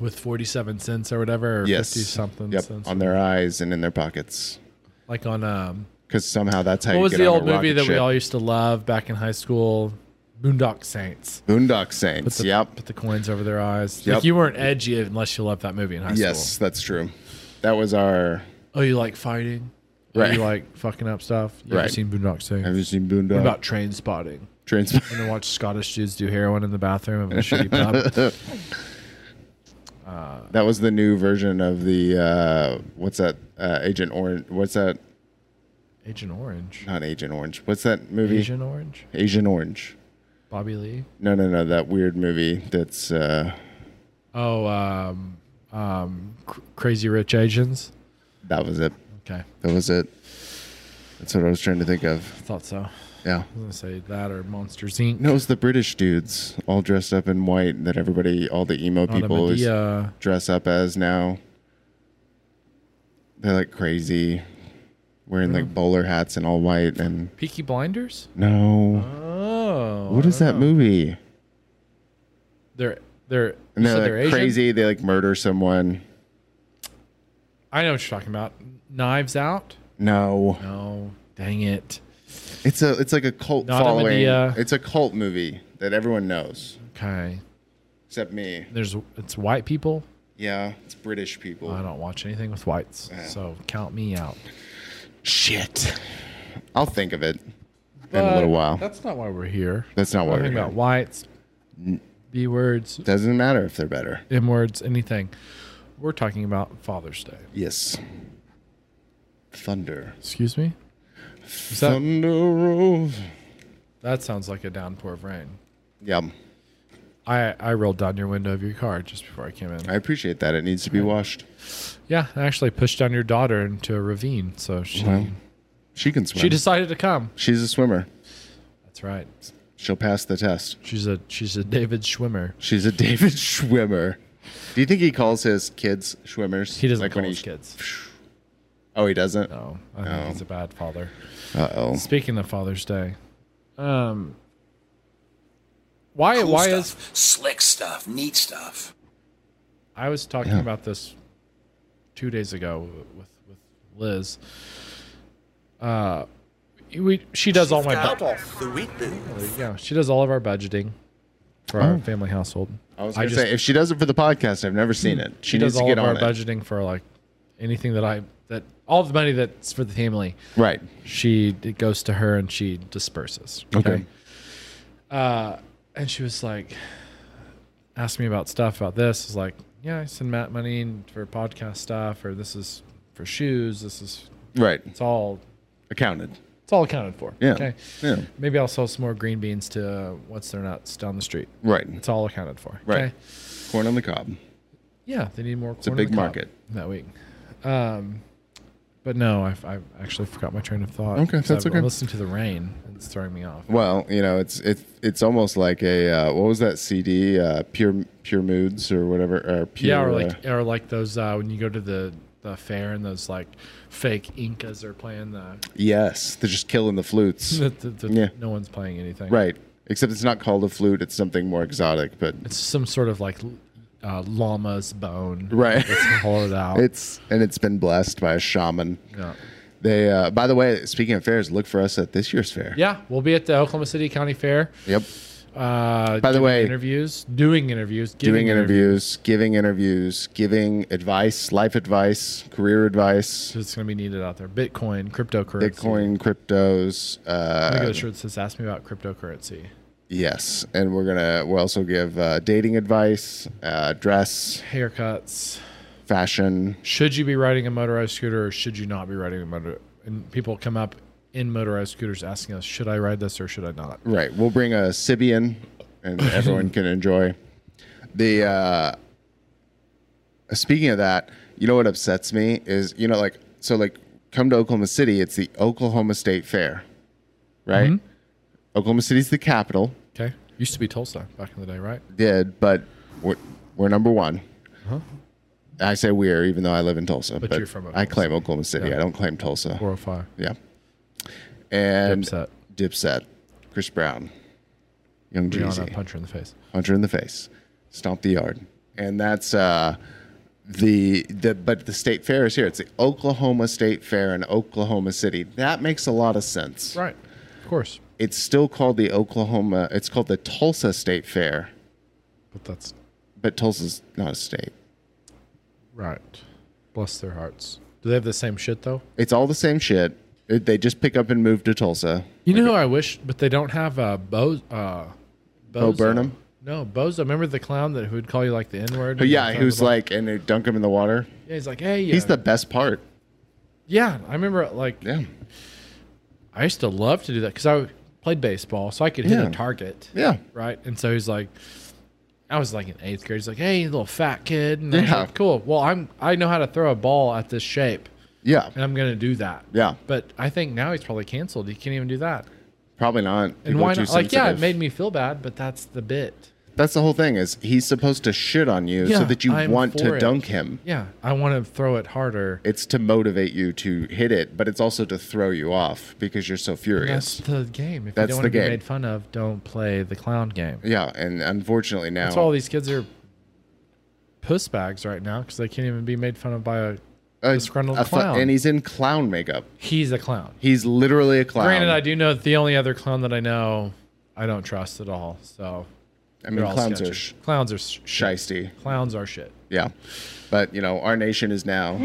D: with 47 cents or whatever, or
C: Yes.
D: 50 something
C: Yep.
D: cents.
C: On their eyes and in their pockets.
D: like on, um,
C: Because somehow that's how
D: what
C: you
D: was
C: get
D: the
C: on
D: old
C: a
D: movie
C: rocket
D: that we
C: ship.
D: all used to love back in high school? Boondock Saints.
C: Boondock
D: Put
C: Saints.
D: the,
C: yep.
D: Put the coins over their eyes.
C: Yep.
D: Like you weren't edgy unless you loved that movie in high
C: Yes,
D: school.
C: that's true. That was our.
D: Oh, you like fighting? Oh,
C: Right.
D: You like fucking up stuff? You ever
C: Right.
D: seen Boondock Saints?
C: Have you seen
D: What
C: Boondock?
D: about train spotting? *laughs*
C: Trans-
D: And then watch Scottish dudes do heroin in the bathroom of a
C: *laughs*
D: shitty pub.
C: that was the new version of the uh, what's that? Uh, Agent Orange. What's that?
D: Agent Orange.
C: Not Agent Orange. What's that movie?
D: Agent Orange.
C: Asian Orange.
D: Bobby Lee.
C: No, no, no. That weird movie. That's uh,
D: Oh, um, um, cr- Crazy Rich Asians.
C: that was it.
D: Okay,
C: That was it. That's what I was trying to think
D: I
C: of.
D: thought so. I
C: Yeah.
D: was gonna say that or Monsters Inc.
C: No, it was the British dudes all dressed up in white that everybody, all the emo
D: Not a
C: people always
D: Oh, Medea.
C: dress up as now. They're like crazy, wearing
D: Mm.
C: like bowler hats and all white. And
D: Peaky Blinders.
C: no,
D: Oh,
C: what is that movie?
D: They're they're,
C: And
D: you said
C: they're
D: they're
C: like
D: Asian?
C: crazy. They like murder someone.
D: I know what you're talking about. Knives Out.
C: No,
D: No, dang it.
C: it's a it's like a cult
D: Not a
C: following.
D: Medea.
C: It's a cult movie that everyone knows
D: Okay,
C: except me.
D: there's it's white people.
C: Yeah, it's British people.
D: I don't watch anything with whites, so count me out.
C: Shit. I'll think of it in a little while.
D: That's not why we're here.
C: That's not
D: We're
C: what we're
D: talking
C: here.
D: about whites, B words,
C: Doesn't matter if they're better.
D: M words, anything. We're talking about Father's Day.
C: Yes. Thunder.
D: Excuse me? Is that,
C: Thunder rolls.
D: that sounds like a downpour of rain.
C: Yeah,
D: I, I rolled down your window of your car just before I came in.
C: I appreciate that. It needs to be washed.
D: yeah, I actually pushed down your daughter into a ravine, so she
C: Well, she can swim.
D: she decided to come.
C: She's a swimmer.
D: That's right.
C: She'll pass the test.
D: She's a she's a David Schwimmer.
C: She's a *laughs* David Schwimmer. Do you think he calls his kids swimmers?
D: He doesn't
C: Like
D: call
C: when
D: his
C: he-
D: kids.
C: Oh, he doesn't.
D: No, I think
C: Oh.
D: he's a bad father.
C: Uh oh.
D: Speaking of Father's Day, um, why why is
J: slick stuff, neat stuff.
D: I was talking
C: Yeah.
D: about this two days ago with with Liz. Uh, we she does all my
J: Out
D: bu-
J: off the wheat booth.
D: yeah she does all of our budgeting for
C: Oh.
D: our family household.
C: I was gonna say if she does it for the podcast, I've never seen it. She,
D: Mm. she
C: needs
D: does
C: to
D: all
C: get
D: of our
C: on it.
D: budgeting for like anything that I that all the money that's for the family
C: Right.
D: she it goes to her and she disperses.
C: Okay.
D: Uh, and she was like, asked me about stuff about this. I was like, yeah, I send Matt money in for podcast stuff, or this is for shoes. This is
C: Right.
D: it's all
C: Accounted.
D: it's all accounted for.
C: Yeah.
D: Okay.
C: Yeah.
D: Maybe I'll sell some more green beans to uh, what's their nuts down the street.
C: Right.
D: It's all accounted for.
C: Right.
D: Okay?
C: Corn on the cob.
D: Yeah, they need more. It's
C: a big market.
D: that week. Um, but no, I, I actually forgot my train of thought.
C: Okay,
D: 'cause
C: that's
D: I've
C: okay.
D: Listening to the rain, and it's throwing me off.
C: Well, you know, it's it's it's almost like a uh, what was that CD? Uh, pure pure moods or whatever. Or pure,
D: Yeah, or
C: uh,
D: like or like those uh, when you go to the the fair and those like fake Incas are playing uh, the, *laughs*
C: yes, they're just killing the flutes.
D: the, the, the-
C: Yeah.
D: no one's playing anything.
C: right. Except it's not called a flute. It's something more exotic. But
D: It's some sort of like uh, llama's bone.
C: *laughs*
D: *laughs*
C: Right.
D: It's hollowed out.
C: it's and it's been blessed by a shaman.
D: yeah.
C: They. Uh, by the way, speaking of fairs, look for us at this year's fair.
D: Yeah, we'll be at the Oklahoma City County Fair.
C: Yep.
D: Uh,
C: By the
D: giving
C: way-
D: interviews, doing interviews, giving
C: Doing interviews, giving interviews, giving advice, life advice, career advice,
D: It's going to be needed out there. Bitcoin, cryptocurrency.
C: Bitcoin, cryptos. Uh,
D: I got a shirt that says "Ask me about cryptocurrency."
C: Yes, and we're gonna we'll also give uh, dating advice, uh, dress,
D: Haircuts.
C: fashion.
D: should you be riding a motorized scooter or should you not be riding a motor? And people come up in motorized scooters asking us, should I ride this or should I not?
C: Right, we'll bring a Sibian, and everyone can enjoy. The uh, speaking of that, you know what upsets me is you know like so like come to Oklahoma City, it's the Oklahoma State Fair, right? Oklahoma City's the capital.
D: Okay. Used to be Tulsa back in the day, right?
C: Did but we're, we're number one. I say we're, even though I live in Tulsa, but,
D: you're from
C: I
D: Oklahoma
C: claim Oklahoma City.
D: Yeah.
C: I don't claim Tulsa.
D: 405.
C: Yeah. And
D: Dipset.
C: Dipset, Chris Brown, Young
D: Brianna,
C: Jeezy,
D: punch her in the face.
C: Hunter in the Face, Stomp the Yard, and that's uh, the the but the state fair is here. It's the Oklahoma State Fair in Oklahoma City. That makes a lot of sense.
D: Right. Of course.
C: It's still called the Oklahoma. It's called the Tulsa State Fair,
D: But that's
C: but Tulsa's not a state.
D: right. Bless their hearts. Do they have the same shit though?
C: It's all the same shit. It- They just pick up and move to Tulsa.
D: You know who I wish, but they don't have uh, Bo. Uh,
C: Bo
D: Bozo.
C: Burnham?
D: No, Bozo. Remember the clown that who would call you like the N word?
C: But yeah, who's like and they dunk him in the water.
D: yeah, he's like, hey,
C: He's
D: uh,
C: the best part.
D: Yeah, I remember like
C: Yeah,
D: I used to love to do that because I played baseball, so I could hit
C: Yeah.
D: a target.
C: yeah.
D: right? And so he's like, I was like in eighth grade. He's like, hey, you little fat kid. And I was
C: Yeah.
D: like, cool. Well, I'm I know how to throw a ball at this shape,
C: Yeah,
D: and I'm gonna do that.
C: Yeah.
D: But I think now he's probably canceled. He can't even do that.
C: probably not.
D: And
C: People are
D: why
C: too
D: not? Like, yeah, it
C: sensitive.
D: made me feel bad, but that's the bit.
C: That's the whole thing. Is he's supposed to shit on you
D: Yeah,
C: so that you
D: I'm
C: want
D: for
C: to
D: it.
C: dunk him?
D: Yeah, I want to throw it harder.
C: It's to motivate you to hit it, but it's also to throw you off because you're so
D: That's
C: furious.
D: the game. If
C: That's
D: you don't
C: the
D: want to be
C: game.
D: made fun of, don't play the clown game.
C: yeah, and unfortunately now,
D: That's why all these kids are puss bags right now because they can't even be made fun of by a.
C: a-
D: disgruntled
C: a fu-
D: clown.
C: and he's in clown makeup.
D: He's a clown.
C: He's literally a clown.
D: Granted, I do know that the only other clown that I know, I don't trust at all. So
C: I mean,
D: they're all
C: clowns
D: sketchy.
C: are sh-
D: clowns are sh- shit.
C: shisty.
D: Clowns are shit.
C: Yeah, but you know, our nation is now.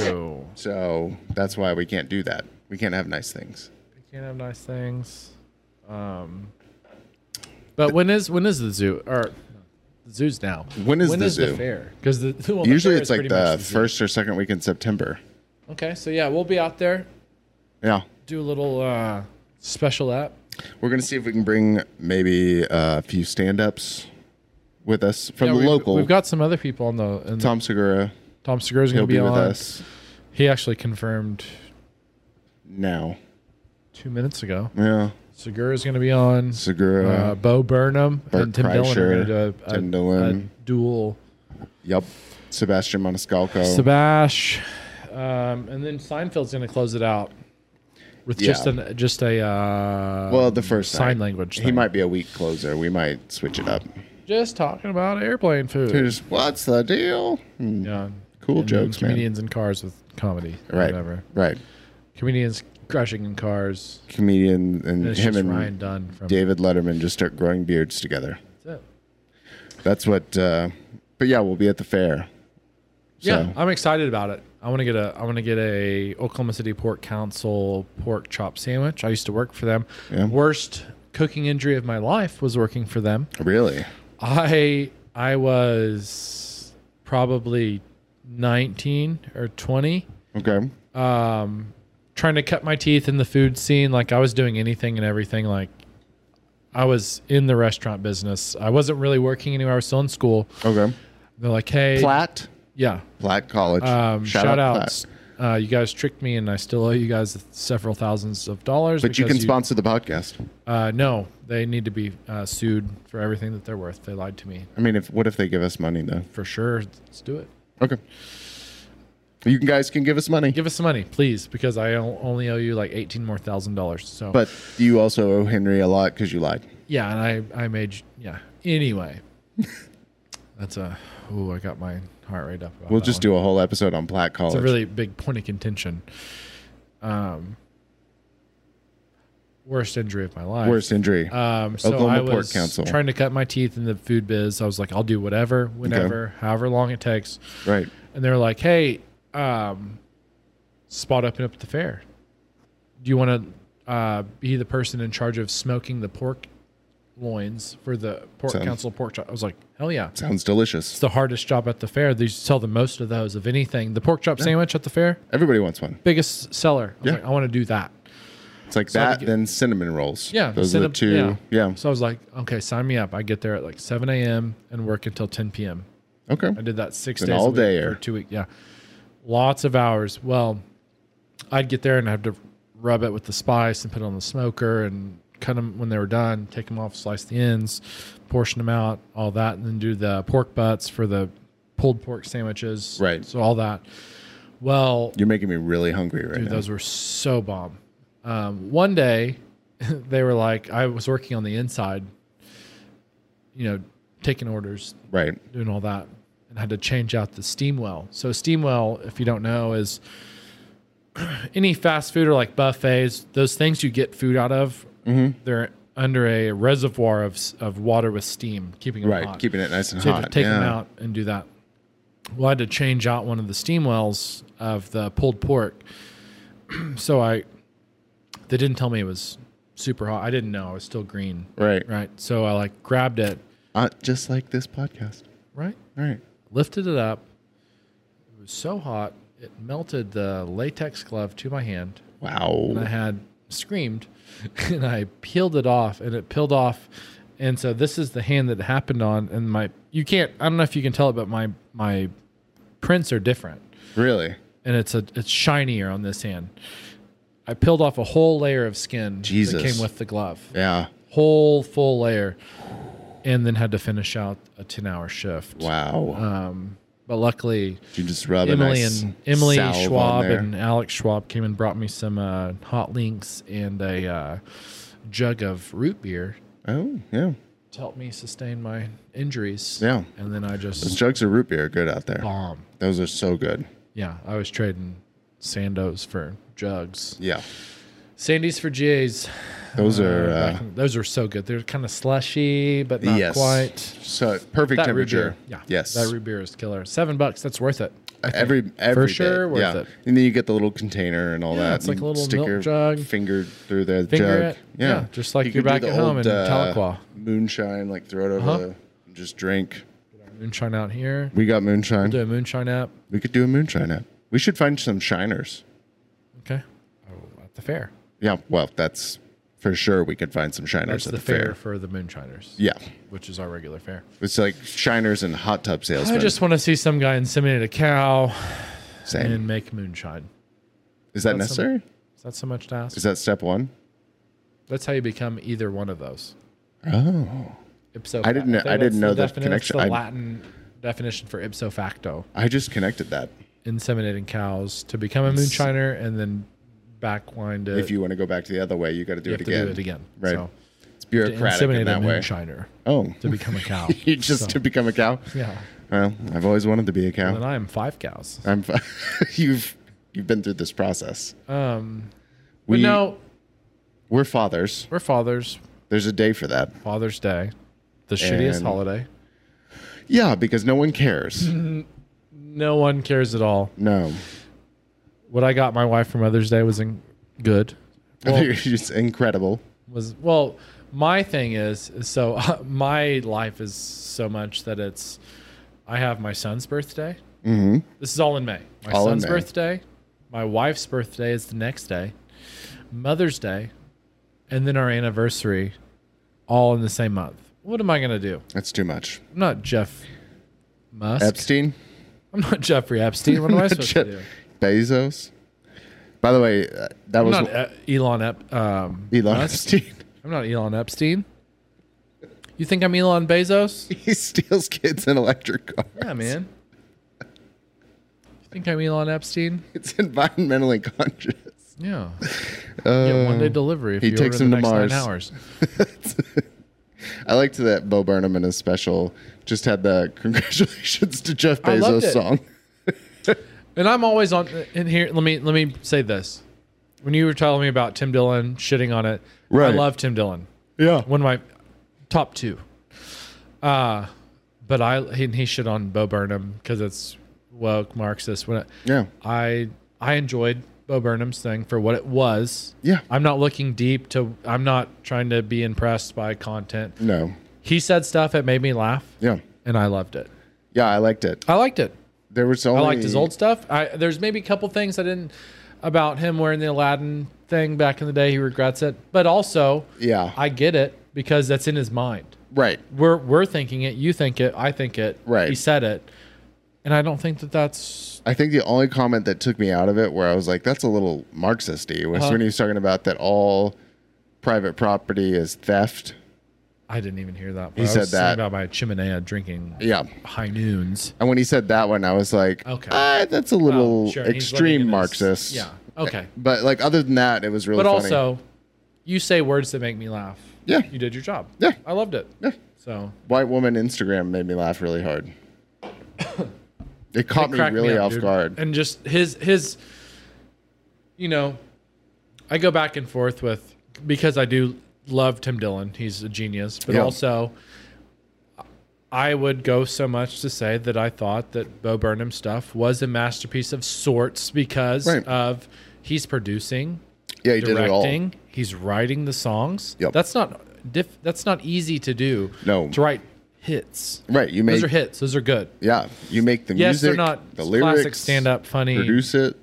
D: True.
C: So that's why we can't do that. We can't have nice things.
D: They can't have nice things. Um, but when is when is the zoo or the zoos now?
C: When is the
D: the
C: zoo?
D: fair? Because the *laughs* well, the
C: Usually,
D: fair
C: it's
D: is
C: like
D: pretty much
C: the,
D: zoo.
C: first or second week in September.
D: Okay, so yeah, we'll be out there
C: Yeah,
D: do a little uh, special app.
C: we're gonna see if we can bring maybe a few stand-ups with us from
D: Yeah,
C: the
D: we've-
C: local.
D: We've got some other people on the. In Tom,
C: Tom Segura.
D: Tom Segura's
C: He'll
D: going to
C: be,
D: be,
C: with
D: on.
C: us
D: He actually confirmed
C: now.
D: two minutes ago.
C: Yeah,
D: Segura's going to be on.
C: Segura.
D: Uh, Bo Burnham
C: Bert
D: and Tim Dillon are going
C: Kreischer,
D: to do a, a,
C: Tim Dillon.
D: a duel.
C: yep. Sebastian Maniscalco.
D: Sabash, um, and then Seinfeld's going to close it out with just
C: Yeah.
D: an just a uh,
C: well, the first
D: sign
C: night.
D: language.
C: He
D: thing.
C: might be a weak closer. We might switch it up.
D: just talking about airplane food.
C: Here's what's the deal? Hmm,
D: yeah.
C: Cool
D: And then
C: jokes, man.
D: comedians in cars with comedy,
C: Right.
D: Whatever.
C: Right.
D: Comedians crashing in cars.
C: Comedian and,
D: And it's
C: him
D: just
C: and
D: Ryan Dunn from
C: David Letterman just start growing beards together.
D: That's it.
C: That's what. Uh, but yeah, we'll be at the fair.
D: Yeah,
C: So-
D: I'm excited about it. I want to get a I want to get a Oklahoma City Pork Council pork chop sandwich. I used to work for them.
C: Yeah.
D: Worst cooking injury of my life was working for them.
C: Really?
D: I I was probably 19 or 20
C: Okay.
D: trying to cut my teeth in the food scene like I was doing anything and everything like I was in the restaurant business. I wasn't really working anywhere. I was still in school.
C: Okay.
D: They're like, "Hey,
C: Platt.
D: yeah,
C: Platt College.
D: Um, shout,
C: Platt.
D: outs. Uh, you guys tricked me, and I still owe you guys several thousands of dollars.
C: But you
D: because
C: can sponsor the podcast.
D: Uh, no, they need to be uh, sued for everything that they're worth. They lied to me
C: I mean, if what if they give us money though?
D: for sure. Let's do it.
C: Okay. You can- guys can give us money,
D: Give us some money, please, because I o- only owe you like eighteen more thousand dollars. So,
C: but you also owe Henry a lot because you lied.
D: yeah, and I I made j- yeah.
C: *laughs*
D: Anyway, that's a ooh, I got my heart rate up. About
C: We'll
D: that
C: just
D: one.
C: do a whole episode on Platt College.
D: It's a really big point of contention. Um, worst injury of my life.
C: worst injury.
D: Um, so
C: Oklahoma
D: I
C: Port
D: was
C: Council.
D: trying to cut my teeth in the food biz. I was like, I'll do whatever, whenever, however long it takes.
C: right.
D: And they're like, Hey, um, spot up and up at the fair. Do you want to uh, be the person in charge of smoking the pork loins for the pork
C: Sounds-
D: council pork chop? I was like, Hell yeah! It's
C: Sounds delicious.
D: the hardest job at the fair. They sell the most of those of anything. The pork chop sandwich at the fair,
C: Everybody wants one.
D: biggest seller. I was
C: Yeah.
D: like, I want to do that.
C: It's like
D: I
C: that,
D: think it-
C: then cinnamon rolls.
D: Yeah,
C: those
D: send
C: are
D: up-
C: the two. Yeah.
D: So I was like, okay, sign me up. I get there at like 7 a.m. and work until 10 p.m.
C: Okay.
D: I did that six
C: An
D: days a week
C: all-dayer.
D: for two weeks. Yeah, lots of hours. Well, I'd get there and I'd have to rub it with the spice and put it on the smoker and cut them when they were done. Take them off, slice the ends, portion them out, all that, and then do the pork butts for the pulled pork sandwiches.
C: Right.
D: So all that. Well,
C: You're making me really hungry right
D: Dude,
C: now.
D: those were so bomb. Um, one day, *laughs* they were like, I was working on the inside, you know, taking orders,
C: Right.
D: doing all that, and had to change out the steam well. So steam well, if you don't know, is *clears throat* any fast food or like buffets, those things you get food out of,
C: Mm-hmm.
D: they're under a reservoir of s- of water with steam, keeping them
C: Right.
D: hot.
C: Keeping it nice and
D: So you
C: hot.
D: have to take them
C: yeah.
D: out and do that. Well, I had to change out one of the steam wells of the pulled pork. *clears throat* so I, they didn't tell me it was super hot. I didn't know. I was still green.
C: Right.
D: Right. So I like grabbed it.
C: Uh, just like this podcast.
D: Right.
C: All right.
D: Lifted it up. It was so hot. It melted the latex glove to my hand.
C: Wow.
D: and I had screamed *laughs* and I peeled it off and it peeled off. And so this is the hand that it happened on and my you can't I don't know if you can tell it, but my my prints are different.
C: Really?
D: And it's a it's shinier on this hand. I peeled off a whole layer of skin
C: Jesus.
D: that came with the glove.
C: Yeah.
D: Whole full layer. And then had to finish out a ten hour shift.
C: Wow.
D: But luckily
C: you just rub a
D: Uh, Emily
C: nice
D: and Emily
C: salve on
D: Schwab
C: there.
D: and Alex Schwab came and brought me some uh, hot links and a uh, jug of root beer
C: oh yeah.
D: to help me sustain my injuries.
C: Yeah.
D: and then I just
C: Those jugs of root beer are good out there.
D: bomb.
C: Those are so good.
D: Yeah, I was trading Sandos for jugs,
C: Yeah.
D: Sandies for GAs.
C: Those are
D: Uh,
C: uh,
D: back in- those are so good. They're kind of slushy, but not
C: yes.
D: quite.
C: So perfect
D: That root
C: temperature.
D: beer, yeah,
C: Yes.
D: that root beer is killer. Seven bucks, that's worth it. I think.
C: every every day.
D: sure worth
C: yeah.
D: it.
C: And then you get the little container and all
D: Yeah,
C: that.
D: it's like
C: and
D: a little
C: stick
D: milk
C: your
D: jug.
C: Finger through the
D: Finger
C: jug.
D: it. Yeah, just like you're
C: could do
D: back
C: the
D: at home
C: old,
D: in
C: uh,
D: Tahlequah.
C: Moonshine, like throw it over
D: Uh-huh.
C: the and just drink.
D: moonshine out here.
C: We got moonshine.
D: Do a moonshine app.
C: We could do a moonshine app. We should find some shiners.
D: Okay, oh, at the fair.
C: Yeah, well, that's for sure. We could find some shiners
D: That's
C: at
D: the, fair, for the moonshiners.
C: Yeah,
D: Which is our regular fair.
C: it's like shiners and hot tub
D: I
C: salesmen.
D: just want to see some guy inseminate a cow
C: Same.
D: and make moonshine.
C: Is that
D: that's some-
C: necessary?
D: Is that so much to ask?
C: Is that step one?
D: That's how you become either one of those.
C: Oh,
D: Ipso.
C: I didn't know-
D: think
C: I didn't
D: that's the
C: know that
D: defini- that's
C: connection.
D: The
C: I-
D: Latin definition for ipso facto:
C: I just connected that.
D: inseminating cows to become a moonshiner, and then backwind it.
C: if you want to go back to the other way, you got to do
D: you
C: it
D: have
C: again.
D: to do it again,
C: Right.
D: So,
C: It's
D: to
C: bureaucratic in
D: inseminate a
C: that way.
D: moonshiner
C: Oh,
D: *laughs* to
C: *laughs*
D: become a cow.
C: you just
D: So,
C: to become a cow.
D: yeah.
C: Well, I've always wanted to be a
D: And
C: cow.
D: I am five cows.
C: I'm. fi- *laughs* you've you've been through this process.
D: Um,
C: We
D: but no,
C: we're fathers.
D: we're fathers.
C: There's a day for that.
D: Father's Day, the shittiest
C: And-
D: holiday.
C: Yeah, because no one cares.
D: *laughs* No one cares at all.
C: no,
D: What I got my wife for Mother's Day was in- good.
C: *laughs*
D: Well,
C: it's incredible.
D: was well. My thing is, is so *laughs* my life is so much that it's. I have my son's birthday. Mm-hmm. This is all in May. My
C: All in
D: son's
C: May.
D: birthday, my wife's birthday is the next day, Mother's Day, and then our anniversary, all in the same month. What am I gonna do?
C: That's too much.
D: I'm not Jeff Musk.
C: Epstein.
D: I'm not Jeffrey Epstein.
C: *laughs*
D: What am I supposed to
C: Je-
D: do?
C: Bezos. By the way, uh, that
D: I'm
C: was
D: not E- Elon Ep. Um,
C: Elon
D: Musk.
C: Epstein. *laughs*
D: I'm not Elon Epstein. You think I'm Elon Bezos?
C: he steals kids in electric cars.
D: *laughs* Yeah, man. You think I'm Elon Epstein?
C: It's environmentally conscious. *laughs*
D: Yeah. You get one day delivery. If
C: Uh, he
D: you
C: takes
D: order in the
C: him to
D: next nine
C: Mars.
D: hours.
C: *laughs* I liked that Bo Burnham in his special just had the *laughs* congratulations to Jeff
D: I loved
C: Bezos
D: it.
C: song.
D: And I'm always on. And here, let me let me say this. When you were telling me about Tim Dillon shitting on it, I
C: Right.
D: love Tim Dillon.
C: Yeah.
D: one of my top two. Uh but I he, he shit on Bo Burnham because it's woke Marxist. When it,
C: Yeah.
D: I I enjoyed Bo Burnham's thing for what it was.
C: Yeah.
D: I'm not looking deep to. I'm not trying to be impressed by content.
C: No.
D: He said stuff that made me laugh.
C: Yeah.
D: and I loved it.
C: Yeah, I liked it.
D: I liked it.
C: There was only
D: I liked his old stuff. I, there's maybe a couple things I didn't about him wearing the Aladdin thing back in the day. He regrets it, but also
C: Yeah.
D: I get it because that's in his mind
C: right.
D: we're we're thinking it, you think it, I think it.
C: Right.
D: He said it, and I don't think that that's
C: I think the only comment that took me out of it where I was like, that's a little Marxisty was
D: Uh-huh.
C: when he was talking about that all private property is theft.
D: I didn't even hear that. but
C: He
D: I was
C: said
D: thinking
C: that.
D: about my chimenea drinking
C: Yeah.
D: high noons.
C: And when he said that one, I was like,
D: Okay.
C: ah, that's a little
D: Sure, he's living in
C: extreme
D: his-
C: Marxist.
D: Yeah. Okay.
C: But like, other than that, it was really
D: But
C: funny.
D: also, you say words that make me laugh.
C: Yeah.
D: You did your job.
C: Yeah.
D: I loved it.
C: Yeah.
D: So
C: White woman Instagram made me laugh really
D: *coughs*
C: hard. It caught
D: It
C: me
D: cracked
C: really
D: up,
C: off
D: dude.
C: guard.
D: And just his his you know, I go back and forth with because I do love Tim Dillon. He's a genius, but
C: Yeah.
D: also I would go so much to say that I thought that Bo Burnham stuff was a masterpiece of sorts because
C: Right.
D: of he's producing,
C: yeah, he did it all.
D: directing, he's writing the songs.
C: Yep.
D: That's not diff, that's not easy to do.
C: No.
D: To write hits.
C: Right, you
D: Those
C: make
D: are hits. Those are good.
C: yeah, you make the
D: Yes,
C: music,
D: they're not
C: the
D: classic
C: lyrics,
D: stand up funny
C: produce it.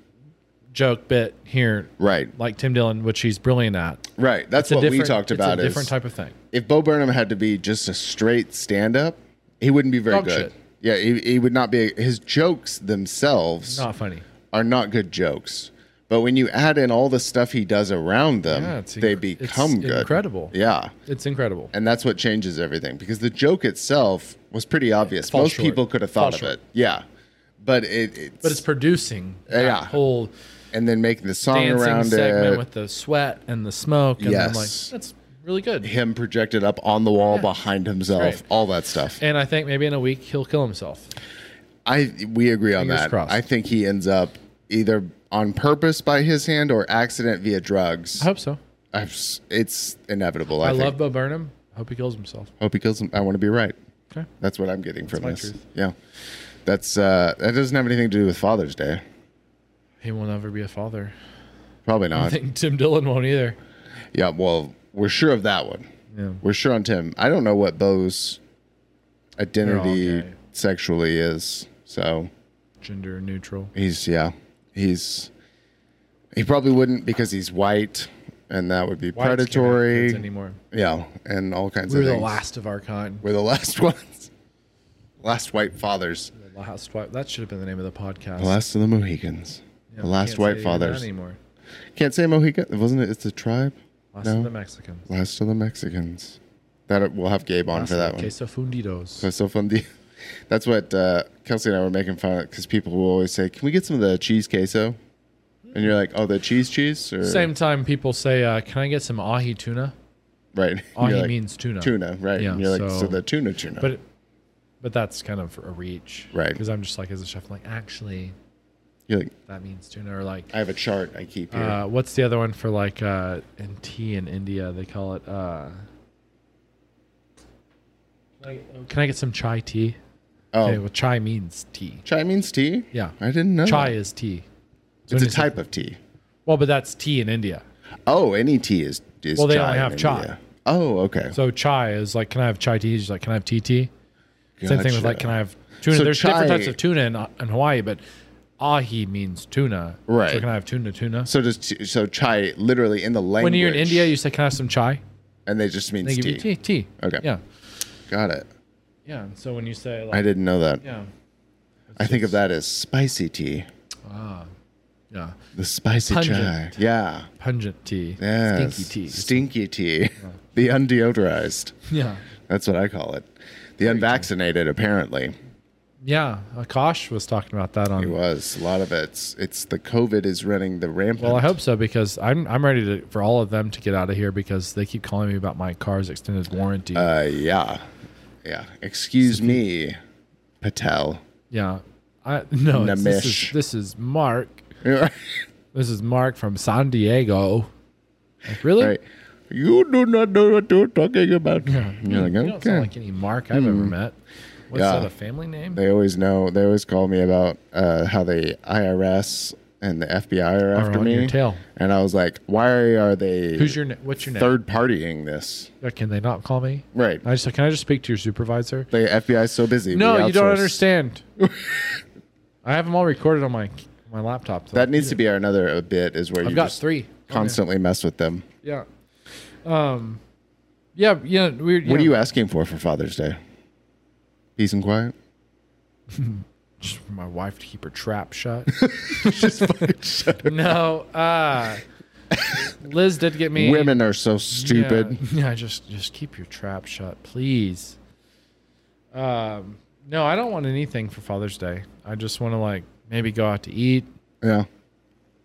D: joke bit here,
C: Right,
D: like Tim Dillon, which he's brilliant at.
C: right. That's
D: a
C: what we
D: different-
C: talked
D: it's
C: about.
D: a
C: is
D: different type of thing.
C: if Bo Burnham had to be just a straight stand up, he wouldn't be very
D: Dog
C: good.
D: shit.
C: Yeah, he, he would not be. His jokes themselves
D: Not funny.
C: are not good jokes. But when you add in all the stuff he does around them,
D: Yeah, it's
C: they
D: inc- it's
C: become good.
D: incredible.
C: Yeah.
D: It's incredible.
C: And that's what changes everything because the joke itself was pretty obvious.
D: falls
C: Most
D: short.
C: people could have thought
D: Falls
C: of
D: short.
C: it. Yeah. But it, it's,
D: But it's producing that
C: Yeah.
D: whole
C: and then making the song
D: dancing
C: around
D: segment
C: it,
D: with the sweat and the smoke. And I'm like,
C: Yes.
D: that's really good.
C: him projected up on the wall
D: Yeah.
C: behind himself,
D: Right.
C: all that stuff.
D: And I think maybe in a week he'll kill himself.
C: I we agree on
D: Fingers
C: that.
D: crossed.
C: I think he ends up either on purpose by his hand or accident via drugs.
D: I hope so.
C: I've s- it's inevitable. I,
D: I,
C: think.
D: love Bo Burnham. I hope he kills himself.
C: Hope he kills him. I want to be right.
D: Okay.
C: That's what I'm getting from
D: my
C: this.
D: truth.
C: Yeah. That's uh that doesn't have anything to do with Father's Day.
D: He will never be a father.
C: Probably
D: I
C: not.
D: think Tim Dillon won't either.
C: Yeah, well, we're sure of that one.
D: Yeah.
C: We're sure on Tim. I don't know what Bo's identity
D: gay.
C: sexually is. So
D: Gender neutral.
C: he's yeah. He's he probably wouldn't because he's white and that would be
D: Whites can't have kids
C: predatory.
D: anymore.
C: Yeah, and all kinds
D: We're
C: of
D: the
C: things.
D: last of our kind.
C: We're the last *laughs* ones. Last white fathers.
D: Last white. That should have been the name of the podcast.
C: The last of the Mohicans.
D: Yeah,
C: the
D: we
C: last
D: can't say
C: white
D: that
C: fathers.
D: anymore.
C: Can't say Mohican, wasn't it? It's a tribe.
D: Last
C: No.
D: of the Mexicans.
C: Last of the Mexicans. That we'll have Gabe on for that one.
D: Queso fundidos.
C: That's so fun. *laughs* That's what uh, Kelsey and I were making fun of because people will always say, "Can we get some of the cheese queso?" And you're like, "Oh, the cheese cheese." Or,
D: Same time people say, uh, "Can I get some ahi tuna?"
C: Right. *laughs* And
D: Ahi
C: you're like,
D: Oh, means tuna.
C: tuna. Right.
D: Yeah,
C: and you're like,
D: so-
C: "So, the tuna tuna."
D: But but that's kind of a reach,
C: Right.
D: Because I'm just like, as a chef, I'm like actually
C: you're like,
D: that means tuna, or like,
C: "I have a chart I keep here."
D: uh, what's the other one for like uh, in tea in India? They call it. Uh, like, can I get some chai tea?
C: oh,
D: Okay, well, chai means tea.
C: chai means tea.
D: Yeah.
C: I didn't know.
D: Chai
C: that.
D: is tea.
C: It's
D: So when
C: a
D: you say-
C: type of tea.
D: Well, but that's tea in India.
C: Oh, any tea is is.
D: Well, they
C: chai
D: only have
C: in
D: chai.
C: India. Oh, okay.
D: So chai is like, can I have chai tea? She's like, can I have tea tea? Same thing with
C: Gotcha.
D: like, can I have tuna?
C: So
D: There's different
C: chai-
D: types of tuna in, uh, in Hawaii, but ahi means tuna. So
C: Right.
D: can I have tuna tuna?
C: So does t- so chai literally in the language?
D: when you're in India, you say, can I have some chai?
C: and they just means
D: They give
C: tea.
D: you tea. Tea.
C: Okay.
D: Yeah.
C: Got it.
D: Yeah. and So when you say, like,
C: I didn't know that.
D: yeah,
C: I think of that as spicy tea.
D: yeah,
C: The spicy
D: Pungent.
C: chai. Yeah.
D: pungent tea,
C: Yes.
D: stinky tea, *laughs*
C: Stinky tea. *laughs* The undeodorized.
D: yeah,
C: That's what I call it. The unvaccinated, apparently.
D: yeah. Akash was talking about that
C: It
D: on.
C: was. A lot of it's it's the COVID is running the rampant.
D: Well, I hope so because I'm I'm ready to, for all of them to get out of here because they keep calling me about my car's extended warranty.
C: Uh, yeah. Yeah. Excuse me, Patel. *laughs*
D: Yeah. I *laughs* no. it's- This is,
C: Namish.
D: this is Mark.
C: right.
D: This is Mark from San Diego. Like, really?
C: You do not know what you're talking about. And You're like,
D: You
C: okay. Hmm.
D: don't sound like any Mark I've ever met. What's
C: Yeah.
D: that? A family name?
C: They always know. They always call me about uh, how the IRS and the FBI are after
D: on
C: me.
D: your tail.
C: And I was like, why are they?
D: Who's your? na- What's your name?
C: third partying this?
D: Yeah, Can they not call me?
C: Right.
D: I just like, can I just speak to your supervisor?
C: The FBI is so busy.
D: No,
C: We
D: you don't
C: outsource. *laughs*
D: understand. I have them all recorded on my my laptop. so
C: That needs to be our another a bit is where
D: I've
C: you
D: got
C: just
D: three.
C: constantly mess with them.
D: Yeah. Um. Yeah. Yeah. Weird.
C: What
D: yeah.
C: are you asking for for Father's Day? Peace and quiet.
D: Just for my wife to keep her trap shut. *laughs* No. Uh, Liz did get *laughs* me.
C: Women are so stupid.
D: Yeah, yeah, just just keep your trap shut, please. Um, no, I don't want anything for Father's Day. I just want to like maybe go out to eat.
C: Yeah.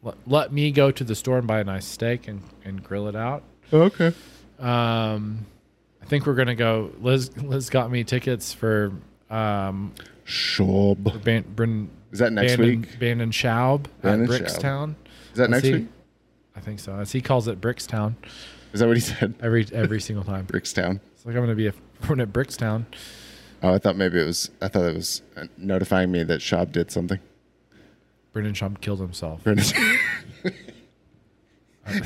D: Let, let me go to the store and buy a nice steak and, and grill it out.
C: Okay.
D: Um, I think we're gonna go. Liz Liz got me tickets for um
C: Shob.
D: Ban, Brin,
C: Is that next
D: Bandon,
C: week?
D: Bandon Schaub
C: Bandon
D: at Brickstown.
C: Is that
D: As
C: next
D: he-
C: week?
D: I think so. As he calls it Brickstown
C: Is that what he said?
D: every every single
C: *laughs*
D: time.
C: Brickstown.
D: It's like I'm gonna be a *laughs* born at Brickstown.
C: Oh, I thought maybe it was. I thought it was uh, notifying me that Shab did something. *laughs*
D: Brendan Schaub killed himself. *laughs*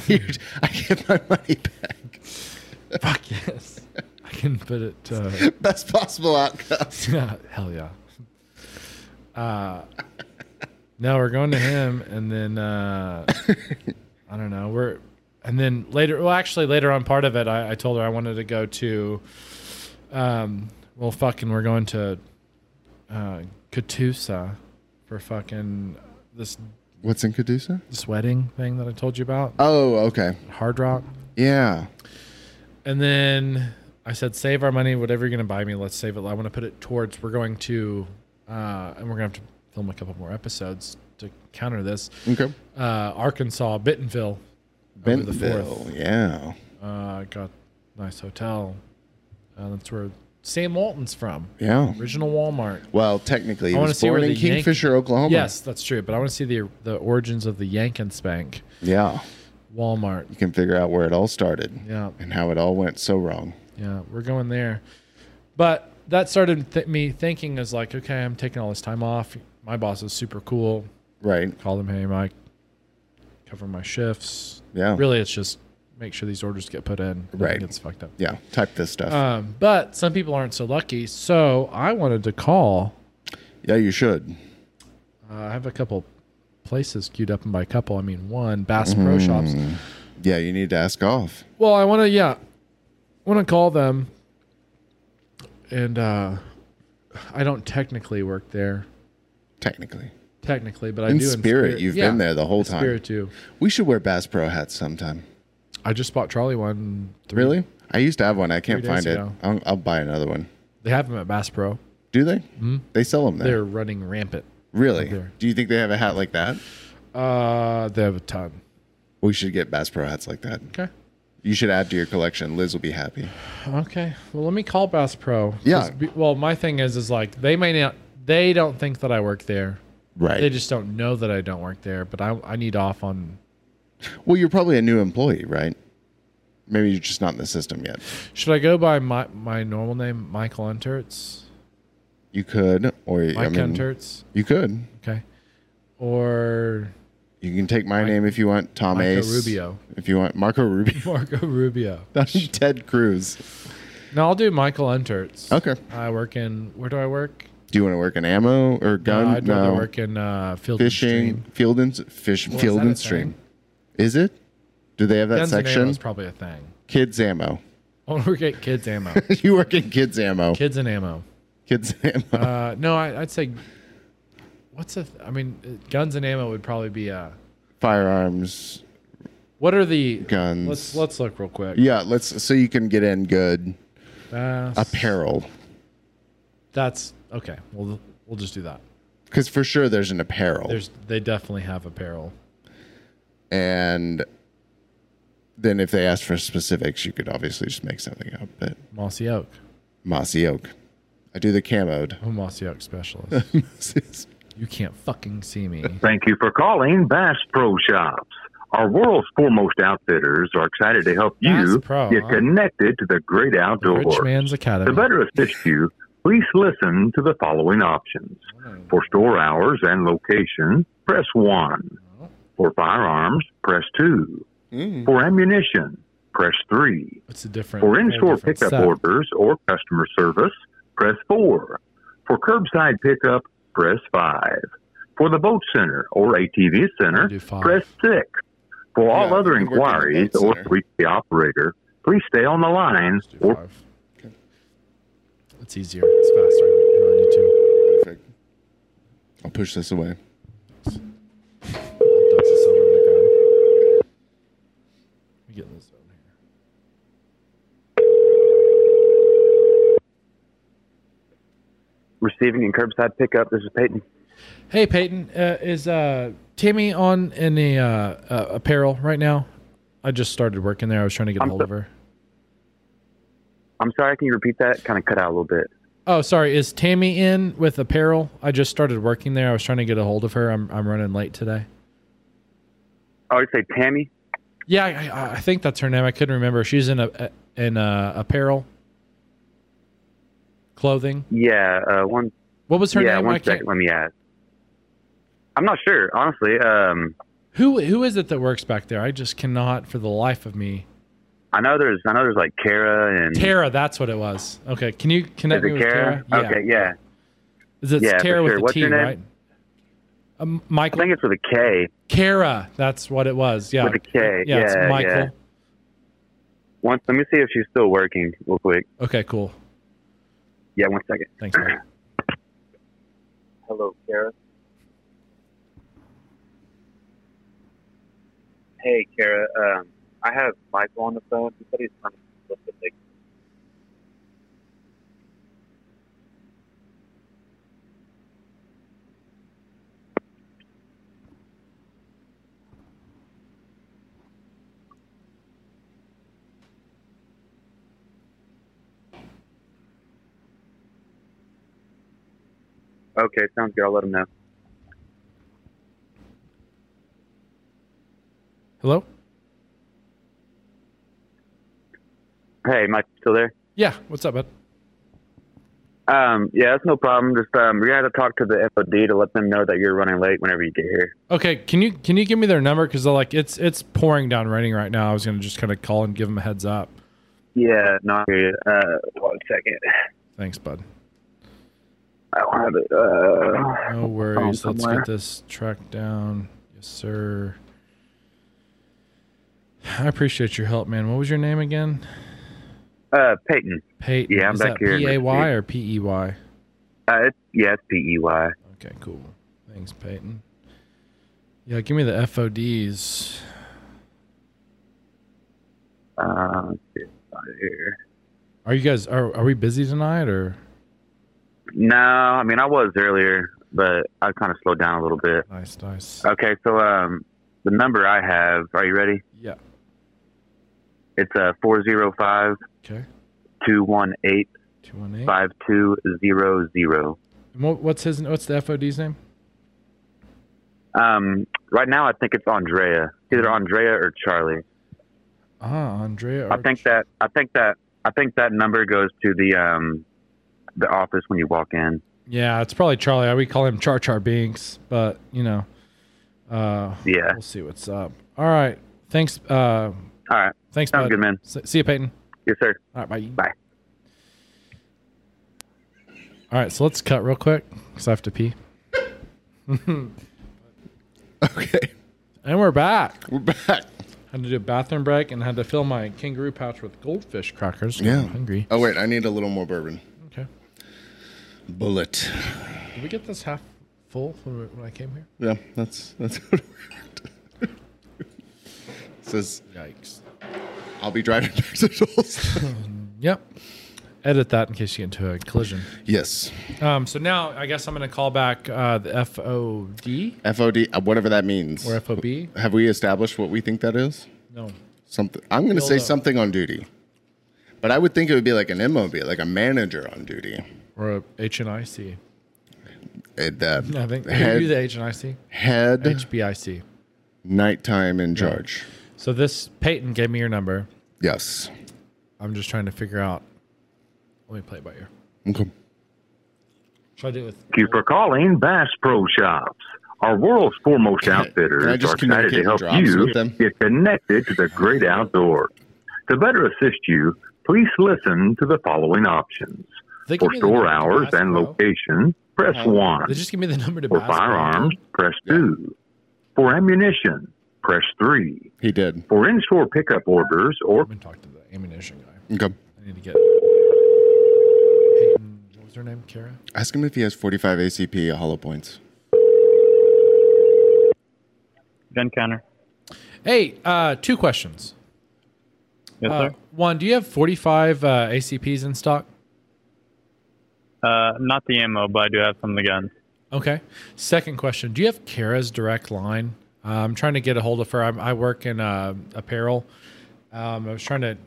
C: Dude, I get my money back.
D: Fuck
C: *laughs*
D: yes. I can put it. Uh,
C: Best possible outcome.
D: *laughs* hell yeah. Uh, no, we're going to him, and then uh, I don't know. We're and then later. Well, actually, later on, part of it, I, I told her I wanted to go to. Um, well, fucking, we're going to uh, Catoosa for fucking this
C: What's in Cadusa?
D: this wedding thing that I told you about,
C: Oh, okay.
D: Hard Rock.
C: Yeah.
D: And then I said, save our money, whatever you're going to buy me, let's save it. I want to put it towards, we're going to, uh, and we're going to have to film a couple more episodes to counter this.
C: Okay.
D: Uh, Arkansas, Bentonville. over the
C: Bentonville.
D: fourth.
C: Yeah.
D: Uh, got a nice hotel. Uh, that's where Sam Walton's from.
C: Yeah.
D: Original Walmart.
C: Well, technically, he
D: I wanna
C: was
D: see
C: born
D: where
C: in
D: the Yank-
C: Kingfisher, Oklahoma.
D: Yes, that's true. But I want to see the the origins of the Yank and Spank
C: Yeah.
D: Walmart.
C: You can figure out where it all started.
D: Yeah.
C: And how it all went so wrong.
D: Yeah, we're going there. But that started th- me thinking is like, okay, I'm taking all this time off. My boss is super cool.
C: Right.
D: Call them, hey, Mike, cover my shifts.
C: Yeah.
D: Really, it's just make sure these orders get put in. Nothing
C: Right.
D: Gets fucked up.
C: Yeah. Type this stuff.
D: Um, but some people aren't so lucky. So I wanted to call.
C: yeah, you should.
D: Uh, I have a couple places queued up, and by couple, I mean one Bass
C: Mm.
D: Pro Shops.
C: Yeah, you need to ask off.
D: Well, I want to, yeah, want to call them. And uh, I don't technically work there.
C: Technically.
D: technically, but I
C: In
D: do
C: spirit, you've
D: Yeah,
C: been there the whole
D: in
C: time.
D: Spirit too.
C: We should wear Bass Pro hats sometime.
D: I just bought Charlie one. three-
C: Really? I used to have one. I can't
D: Three days
C: find it.
D: ago.
C: I'll, I'll buy another one.
D: They have them at Bass Pro.
C: Do they? Mm-hmm. They sell them there.
D: Hmm? They're running rampant.
C: really?
D: there.
C: Do you think they have a hat like that?
D: Uh, they have a ton.
C: We should get Bass Pro hats like that.
D: Okay.
C: You should add to your collection. Liz will be happy.
D: Okay. Well, let me call Bass Pro. 'cause
C: Yeah.
D: be- well, my thing is, is like they may not. They don't think that I work there.
C: Right.
D: They just don't know that I don't work there. But I, I need off on.
C: well, you're probably a new employee, right? Maybe you're just not in the system yet.
D: Should I go by my my normal name, Michael Unterts?
C: You could, or I
D: Mike
C: mean,
D: Unterts.
C: you could.
D: Okay. Or *laughs*
C: You can take my name if you want. Tom
D: Marco
C: Ace.
D: Rubio.
C: If you want Marco Rubio. *laughs*
D: Marco Rubio.
C: Ted Cruz.
D: No, I'll do Michael Unterts.
C: Okay.
D: I work in where do I work?
C: Do you want to work in ammo or
D: Uh,
C: gun?
D: I'd rather work in uh, field and
C: fishing,
D: stream.
C: field and fish,
D: is
C: field
D: that a
C: and stream. Is it? Do they have that
D: Guns and ammo
C: section?
D: is probably a thing.
C: Kids ammo. *laughs*
D: I want to work at kids ammo.
C: you work in kids ammo.
D: kids and ammo.
C: Kids ammo.
D: Uh, no, I, I'd say. What's a? Th- I mean, uh, guns and ammo would probably be a.
C: Firearms.
D: What are the
C: Guns.
D: Let's let's look real quick.
C: Yeah, let's so you can get in good
D: Uh,
C: apparel.
D: that's okay. We'll we'll just do that.
C: Because for sure there's an apparel.
D: There's they definitely have apparel.
C: and then if they ask for specifics, you could obviously just make something up. But
D: Mossy Oak.
C: Mossy Oak. I do the
D: *laughs*
C: camoed. *laughs*
D: I'm a Mossy Oak specialist. you can't fucking see me.
F: Thank you for calling Bass Pro Shops. Our world's foremost outfitters are excited to help
D: Bass
F: you
D: Pro,
F: get
D: huh?
F: connected to the great outdoors.
D: Rich man's academy.
F: To better assist you, please listen to the following options. For store hours and location, press 1. For firearms, press 2. For ammunition, press 3.
D: It's a different
F: For
D: whole
F: in store
D: different
F: pickup
D: set.
F: orders or customer service, press 4. For curbside pickup, press 5. For the boat center or ATV center,
D: do five.
F: press 6. For all
C: Yeah,
F: other
C: you can work on the boat
F: inquiries or to
C: center.
F: reach the operator, please stay on the line
D: Let's do
F: or
D: five. It's easier. It's faster. I don't need to.
C: Perfect. I'll push this away. *laughs*
D: That's a silver in the ground. Let me get this over here.
K: receiving and curbside pickup. This is Peyton.
D: Hey Peyton, uh, is uh, Timmy on any uh, uh, apparel right now? I just started working there. I was trying to get a
F: I'm
D: hold
F: so-
D: of her.
F: I'm sorry, can you repeat that? Kind of cut out a little bit.
D: Oh, sorry. Is Tammy in with apparel? I just started working there. I was trying to get a hold of her. I'm I'm running late today.
F: Oh, you say Tammy?
D: Yeah, I- I, I think that's her name. I couldn't remember. She's in a in a apparel, clothing.
F: Yeah. Uh, one.
D: What was her
F: yeah,
D: name? I
F: One
D: can't-
F: second. Let me ask. I'm not sure, honestly. Um,
D: Who who is it that works back there? I just cannot for the life of me.
F: I know there's. I know there's like Kara and.
D: Tara, that's what it was. Okay, can you
F: Mm-hmm. Is
D: connect me
F: it
D: with
F: Kara?
D: Tara?
F: Okay. Yeah.
D: Is it
F: yeah, for
D: Tara with
F: sure.
D: the
F: What's
D: T,
F: your name?
D: right? Um, Michael.
F: I think it's with a K.
D: Kara, that's what it was. Yeah.
F: With a K.
D: Yeah, it's
F: yeah,
D: Michael.
F: yeah. One, let me see if she's still working real quick.
D: Okay, cool.
F: Yeah, one second.
D: Thanks,
F: *clears throat*
D: man.
K: Hello, Kara. Hey, Kara. Um, I have Michael on the phone. He said he's trying to listen to
F: Okay, sounds good. I'll let him know.
D: Hello?
F: Hey, Mike, still there?
D: Yeah, what's up, bud?
F: Um, yeah, that's no problem. Just um, we got to talk to the FOD to let them know that you're running late whenever you get here.
D: Okay, can you can you give me their number? Because like it's it's pouring down raining right now. I was gonna just kind of call and give them a heads up.
F: Yeah, no, I hear you. Uh, one second.
D: Thanks, bud.
F: I don't have it. Uh,
D: No worries. Let's
F: somewhere.
D: get this track down. Yes, sir. I appreciate your help, man. What was your name again?
F: Uh, Peyton.
D: Peyton.
F: Yeah, I'm
D: Is that
F: back here. in
D: P A Y
F: Mississippi.
D: or P E Y?
F: Uh, it's, yeah, it's P E Y.
D: Okay, cool. Thanks, Peyton. Yeah, give me the FODs.
F: Uh, let's see if it's out here.
D: Are you guys are are we busy tonight or?
F: No, I mean I was earlier, but I kind of slowed down a little bit.
D: Nice, nice.
F: Okay, so um, the number I have. Are you ready?
D: Yeah.
F: It's uh four zero five
D: Okay.
F: two one eight
D: Two one eight.
F: five two zero zero.
D: And what, what's his what's the FOD's name?
F: Um, right now I think it's Andrea. Either Andrea or Charlie.
D: Ah, Andrea.
F: I
D: Arch-
F: think that I think that I think that number goes to the um the office when you walk in.
D: Yeah, it's probably Charlie. We call him Char Char Binks, but you know, uh,
F: Yeah.
D: we'll see what's up. All right, thanks. Uh,
F: All right.
D: thanks,
F: Sounds
D: bud.
F: good, man.
D: S- see you, Peyton.
F: Yes, sir.
D: All right, bye.
F: Bye.
D: All right, so let's cut real quick because I have to pee. okay. And we're back.
C: We're back.
D: Had to do a bathroom break and had to fill my kangaroo pouch with goldfish crackers.
C: Yeah.
D: I'm hungry.
C: Oh wait, I need a little more bourbon.
D: Okay.
C: Bullet.
D: Did we get this half full when, we, when I came here?
C: Yeah, that's that's how it worked. *laughs* Says
D: yikes.
C: I'll be driving back to Joel's.
D: Yep. Edit that in case you get into a collision.
C: *laughs* yes.
D: Um, so now I guess I'm going to call back uh, the FOD
C: FOD, uh, whatever that means.
D: or FOB.
C: Have we established what we think that is?
D: No.
C: Something. I'm going to
D: Still
C: say
D: no.
C: something on duty. But I would think it would be like an MOB, like a manager on duty.
D: Or a HNIC.
C: It, uh,
D: I
L: *laughs*
D: think
C: head,
D: you the HNIC.
C: head
D: HBIC.
C: nighttime in charge.
D: So this Peyton gave me your number.
C: Yes.
D: I'm just trying to figure out. Let me play it by ear.
C: Okay.
D: Should I do it with
L: Thank you for calling Bass Pro Shops. Our world's foremost
C: can I
L: outfitters
C: just
L: are excited to
C: communicate
L: help
C: drops
L: you
C: with them?
L: get connected to the great outdoors. To better assist you, please listen to the following options.
D: They give
L: For
D: me the
L: store
D: number to
L: hours
D: ask,
L: and
D: bro.
L: location, press
D: Uh,
L: 1.
D: They just give me the number to
L: For
D: Bass Pro.
L: firearms, press 2. For ammunition, press 3.
C: He did.
L: For in store pickup orders or
D: I'm gonna talk to the ammunition guy.
C: Okay.
D: I need to get Peyton. What was her name? Kara.
C: Ask him if he has 45 ACP hollow points.
K: Gun counter.
D: Hey, uh, two questions.
K: Yes,
D: Uh, one, do you have 45 uh, ACPs in stock?
K: sir. Uh, not the ammo, but I do have some of the guns.
D: Okay. Second question, do you have Kara's direct line? Uh, I'm trying to get a hold of her. I'm, I work in uh, apparel. Um, I was trying to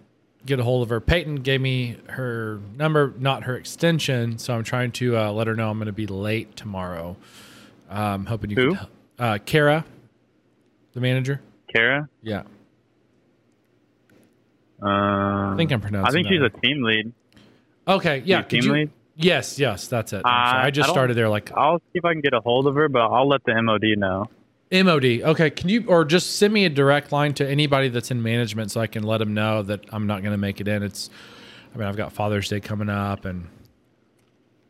D: get a hold of her. Peyton gave me her number, not her extension. So I'm trying to uh, let her know I'm going to be late tomorrow. Um, hoping you
K: Who?
D: can. hel- Uh, Kara, the manager.
K: Kara?
D: Yeah.
K: Uh, I
D: think I'm pronouncing
K: I think
D: that
K: she's
D: right.
K: a team lead.
D: Okay. Yeah.
K: Your
D: could
K: team
D: you-
K: lead?
D: Yes. Yes. That's it. I'm
K: Uh,
D: sorry. I just
K: don't-
D: started there like
K: I'll see if I can get a hold of her, but I'll let the MOD know.
D: MOD. Okay. Can you, or just send me a direct line to anybody that's in management so I can let them know that I'm not going to make it in. It's, I mean, I've got Father's Day coming up and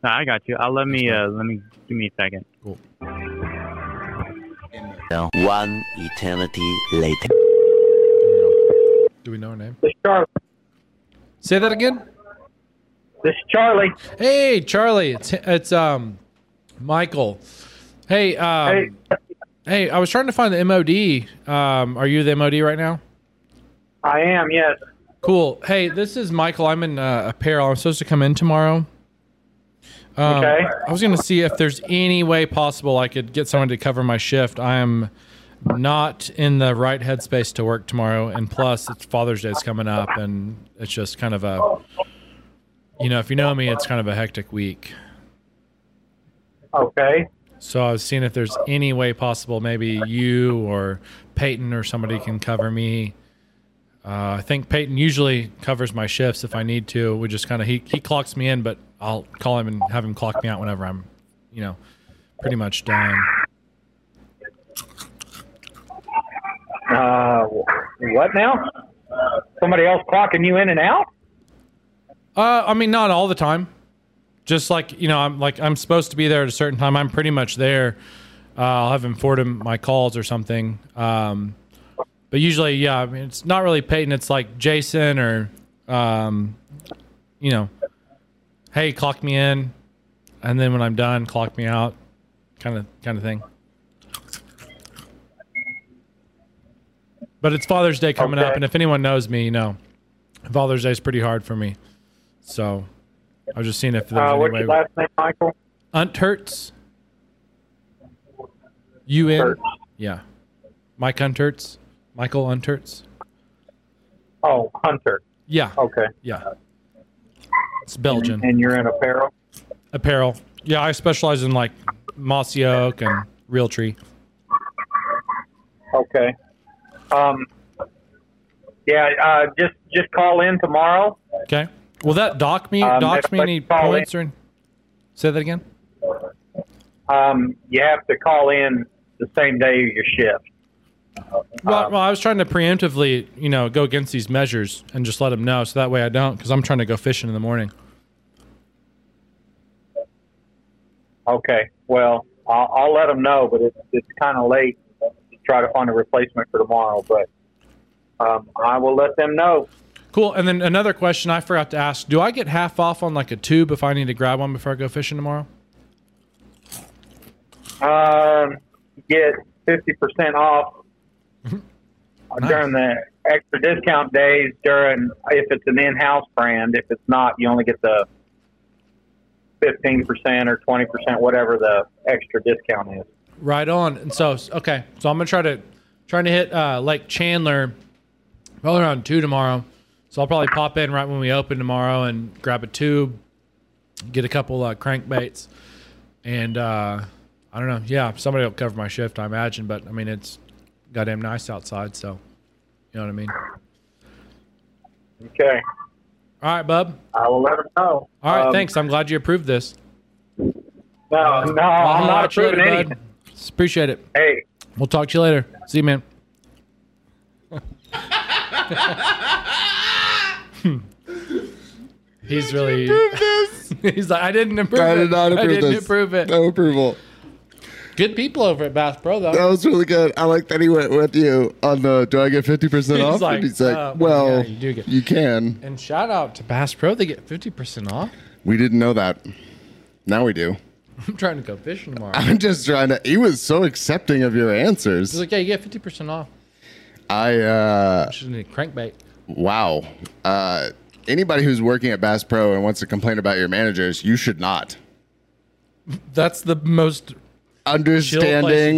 K: No, I got you. I'll let me uh, let me give me a second.
D: Cool.
M: One eternity later.
D: do we know her name?
N: Charlie.
D: Say that again.
N: This Charlie.
D: Hey, Charlie. It's, it's, um, Michael. Hey, um, hey. I was trying to find the MOD. Um, are you the MOD right now?
N: I am, yes.
D: Cool. Hey, this is Michael. I'm in uh, apparel. I'm supposed to come in tomorrow. Um,
N: Okay.
D: I was going to see if there's any way possible I could get someone to cover my shift. I am not in the right headspace to work tomorrow, and plus, it's Father's Day's coming up, and it's just kind of a, you know, if you know me, it's kind of a hectic week.
N: Okay.
D: So I was seeing if there's any way possible, maybe you or Peyton or somebody can cover me. Uh, I think Peyton usually covers my shifts if I need to. We just kind of he he clocks me in, but I'll call him and have him clock me out whenever I'm, you know, pretty much done.
N: Uh, what now? Somebody else clocking you in and out?
D: Uh, I mean, not all the time. Just like you know, I'm like I'm supposed to be there at a certain time. I'm pretty much there. Uh, I'll have him forward him my calls or something. Um, but usually, yeah, I mean, it's not really Peyton. It's like Jason or, um, you know, hey, clock me in, and then when I'm done, clock me out, kind of kind of thing. But it's Father's Day coming up, and if anyone knows me, you know, Father's Day is pretty hard for me. So I was just seeing if there's
N: Uh,
D: any
N: what's
D: way.
N: your last name, Michael?
D: Unt Hertz. You in? Yeah. Mike Unterts. Michael Unterts.
N: Oh, Hunter.
D: Yeah.
N: Okay.
D: Yeah. It's Belgian.
N: And you're in apparel?
D: Apparel. Yeah, I specialize in like mossy oak and real tree.
N: Okay. Um, yeah, uh, just just call in tomorrow.
D: Okay. Will that dock me?
N: Um,
D: dock
N: if
D: me
N: I
D: any
N: call
D: points or? Say that again.
N: Um, you have to call in the same day of your shift.
D: Well,
N: Um,
D: well, I was trying to preemptively, you know, go against these measures and just let them know, so that way I don't, because I'm trying to go fishing in the morning.
N: Okay. Well, I'll, I'll let them know, but it's, it's kind of late to try to find a replacement for tomorrow, but um, I will let them know.
D: Cool. And then another question I forgot to ask: Do I get half off on like a tube if I need to grab one before I go fishing tomorrow?
N: Um, get 50% off
D: Mm-hmm.
N: during the extra discount days during, if it's an in house brand. If it's not, you only get the 15% or 20%, whatever the extra discount is.
D: Right on. And so okay, so I'm gonna try to trying to hit uh, Lake Chandler probably around two tomorrow. So I'll probably pop in right when we open tomorrow and grab a tube, get a couple uh, crankbaits, and uh, I don't know. Yeah, somebody will cover my shift, I imagine. But I mean, it's goddamn nice outside, so you know what I mean.
N: Okay.
D: All right, bub.
N: I will let them know.
D: All right,
N: Um,
D: thanks. I'm glad you approved this.
N: No, no,
D: I'll
N: Oh, I'm
D: holler
N: not
D: at you later,
N: approving anything.
D: bud. Appreciate it.
N: Hey.
D: We'll talk to you later. See
C: *laughs*
D: you, man. He's really. *laughs* He's like, I didn't approve
C: I
D: it.
C: did not approve
D: I didn't
C: this.
D: approve it.
C: No approval.
D: Good people over at Bass Pro, though.
C: That was really good. I like that he went with you on the do I get 50%
D: He's
C: off?
D: like,
C: and he's like,
D: uh, well,
C: well,
D: yeah, you
C: you,
D: do get-
C: can.
D: And shout out to Bass Pro. They get 50% off. *laughs*
C: We didn't know that. Now we do. *laughs*
D: I'm trying to go fishing tomorrow.
C: I'm just trying to. He was so accepting of your
D: He's
C: answers.
D: like, yeah, you get 50% off.
C: I, uh,
D: Just need a crankbait.
C: wow. Uh, anybody who's working at Bass Pro and wants to complain about your managers, you should not.
D: That's the most
C: understanding,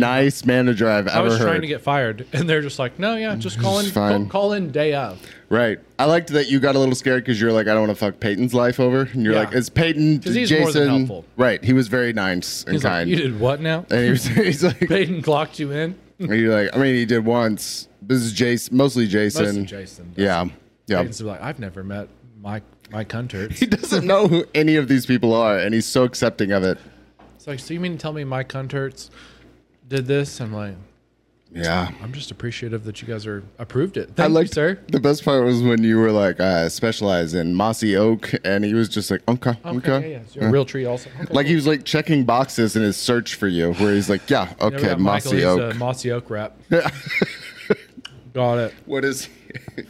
C: nice manager I've
D: I
C: ever
D: was
C: heard.
D: trying to get fired, and they're just like, "No, yeah, just call in,
C: It's fine.
D: call, call in day of."
C: Right. I liked that you got a little scared because you're like, I don't want to fuck Peyton's life over. And you're
D: Yeah.
C: like, it's Peyton,
D: 'Cause he's
C: Jason.
D: more than helpful.
C: Right. He was very nice and
D: He's like,
C: kind.
D: "You did what now?"
C: And he was- *laughs* he's like,
D: Peyton clocked you in.
C: and you're like, I mean, he did once. This is Jason, mostly Jason.
D: Mostly Jason does.
C: Yeah. Yeah.
D: Peyton's like, "I've never met Mike Mike Hunter."
C: *laughs* He doesn't know who any of these people are, and he's so accepting of it.
D: It's like, so you mean to tell me Mike Hunterts did this? I'm like,
C: Yeah.
D: I'm just appreciative that you guys are approved it.
C: I
D: Thank
C: liked
D: you, sir.
C: The best part was when you were like, I specialize in mossy oak, and he was just like, okay, okay,
D: Okay, yeah, yeah. It's a real tree also. Okay,
C: like he was like checking boxes in his search for you, where he's like, yeah,
D: You know, we
C: okay,
D: got
C: mossy
D: Michael, he's uh,
C: oak.
D: a mossy
C: *laughs*
D: oak wrap. Got it.
C: What is? *laughs*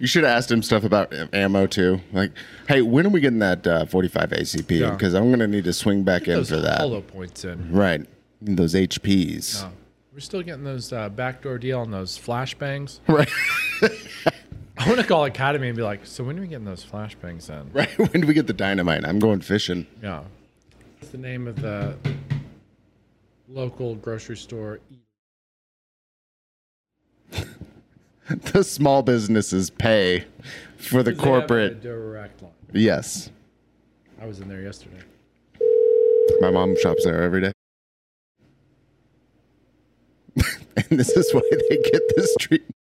C: You should have asked him stuff about ammo too. Like, hey, when are we getting that uh, 45 ACP?
D: Yeah.
C: Because I'm gonna need to swing back in
D: Those
C: for that. Mm-hmm.
D: hollow points in.
C: Right, those HPs.
D: No. We're still getting those uh, backdoor deal on those flashbangs.
C: Right.
D: *laughs* I want to call Academy and be like, so when are we getting those flashbangs in?
C: *laughs* Right, when do we get the dynamite? I'm going fishing. *laughs*
D: Yeah. What's the name of the local grocery store?
C: the small businesses pay for the
D: They have a
C: corporate.
D: direct line.
C: Yes,
D: I was in there yesterday.
C: my mom shops there every day. *laughs* and this is why they get this treatment.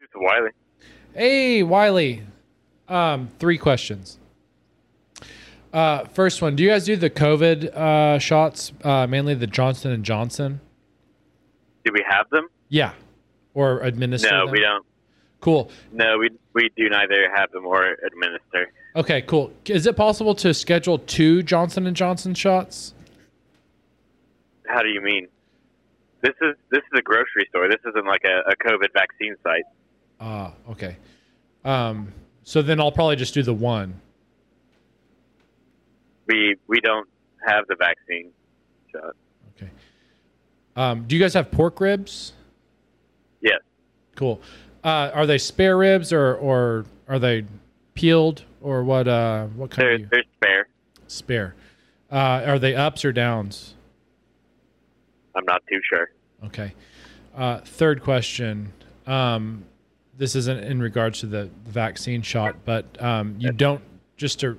O: It's Wiley.
D: Hey, Wiley. Um, three questions. Uh, first one: Do you guys do the COVID uh, shots, uh, mainly the Johnson and Johnson?
O: Do we have them?
D: Yeah, or administer?
O: no,
D: them?
O: we don't.
D: Cool.
O: No, we we do neither have them or administer.
D: Okay, cool. Is it possible to schedule two Johnson and Johnson shots?
O: How do you mean? This is this is a grocery store. This isn't like a, a COVID vaccine site.
D: Ah, okay. Um, so then I'll probably just do the one.
O: We we don't have the vaccine shot.
D: Um, do you guys have pork ribs?
O: Yes.
D: Cool. Uh, are they spare ribs or or are they peeled or what? Uh, what kind?
O: They're,
D: do you-
O: they're spare.
D: Spare. Uh, are they ups or downs?
O: I'm not too sure.
D: Okay. Uh, third question. Um, this isn't in regards to the vaccine shot, but um, you don't just to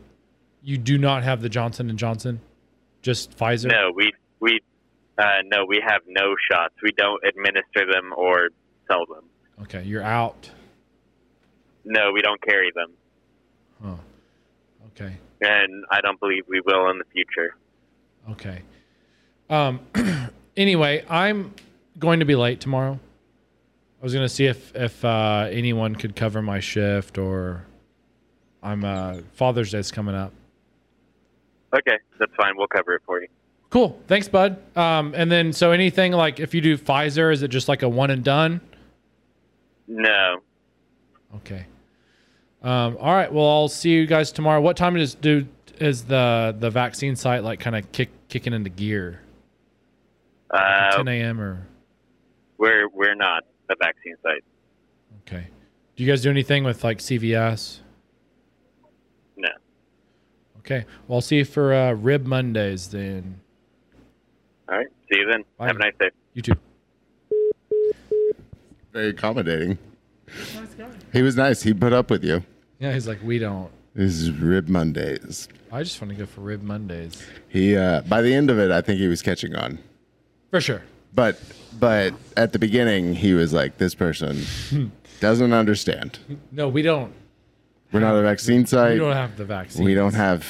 D: you do not have the Johnson and Johnson, just Pfizer.
O: No, we we uh, no, we have no shots. We don't administer them or sell them.
D: Okay, you're out.
O: No, we don't carry them,
D: Huh. Okay.
O: and I don't believe we will in the future.
D: Okay. Um, *clears throat* anyway, I'm going to be late tomorrow. I was going to see if if uh, anyone could cover my shift or I'm uh, Father's Day's coming up.
O: Okay, that's fine. We'll cover it for you.
D: Cool. Thanks, bud. Um, and then so anything like if you do Pfizer, is it just like a one and done?
O: No,
D: Okay. Um, all right. Well, I'll see you guys tomorrow. What time is do is the the vaccine site like kind of kick kicking into gear?
O: uh,
D: 10 a.m. or
O: we're we're not a vaccine site.
D: okay? Do you guys do anything with like CVS?
O: No.
D: Okay. Well, I'll see you for uh, Rib Mondays then.
O: All right. See you then. Have a nice day.
D: You too.
C: Very accommodating. He was nice. He put up with you.
D: Yeah, he's like, we don't.
C: This is Rib Mondays.
D: I just want to go for Rib Mondays
C: He uh, by the end of it, I think he was catching on.
D: for sure.
C: But but at the beginning, he was like, "This person
D: *laughs*
C: doesn't understand.
D: No, we don't.
C: We're not a vaccine site.
D: We don't have the vaccine.
C: We don't have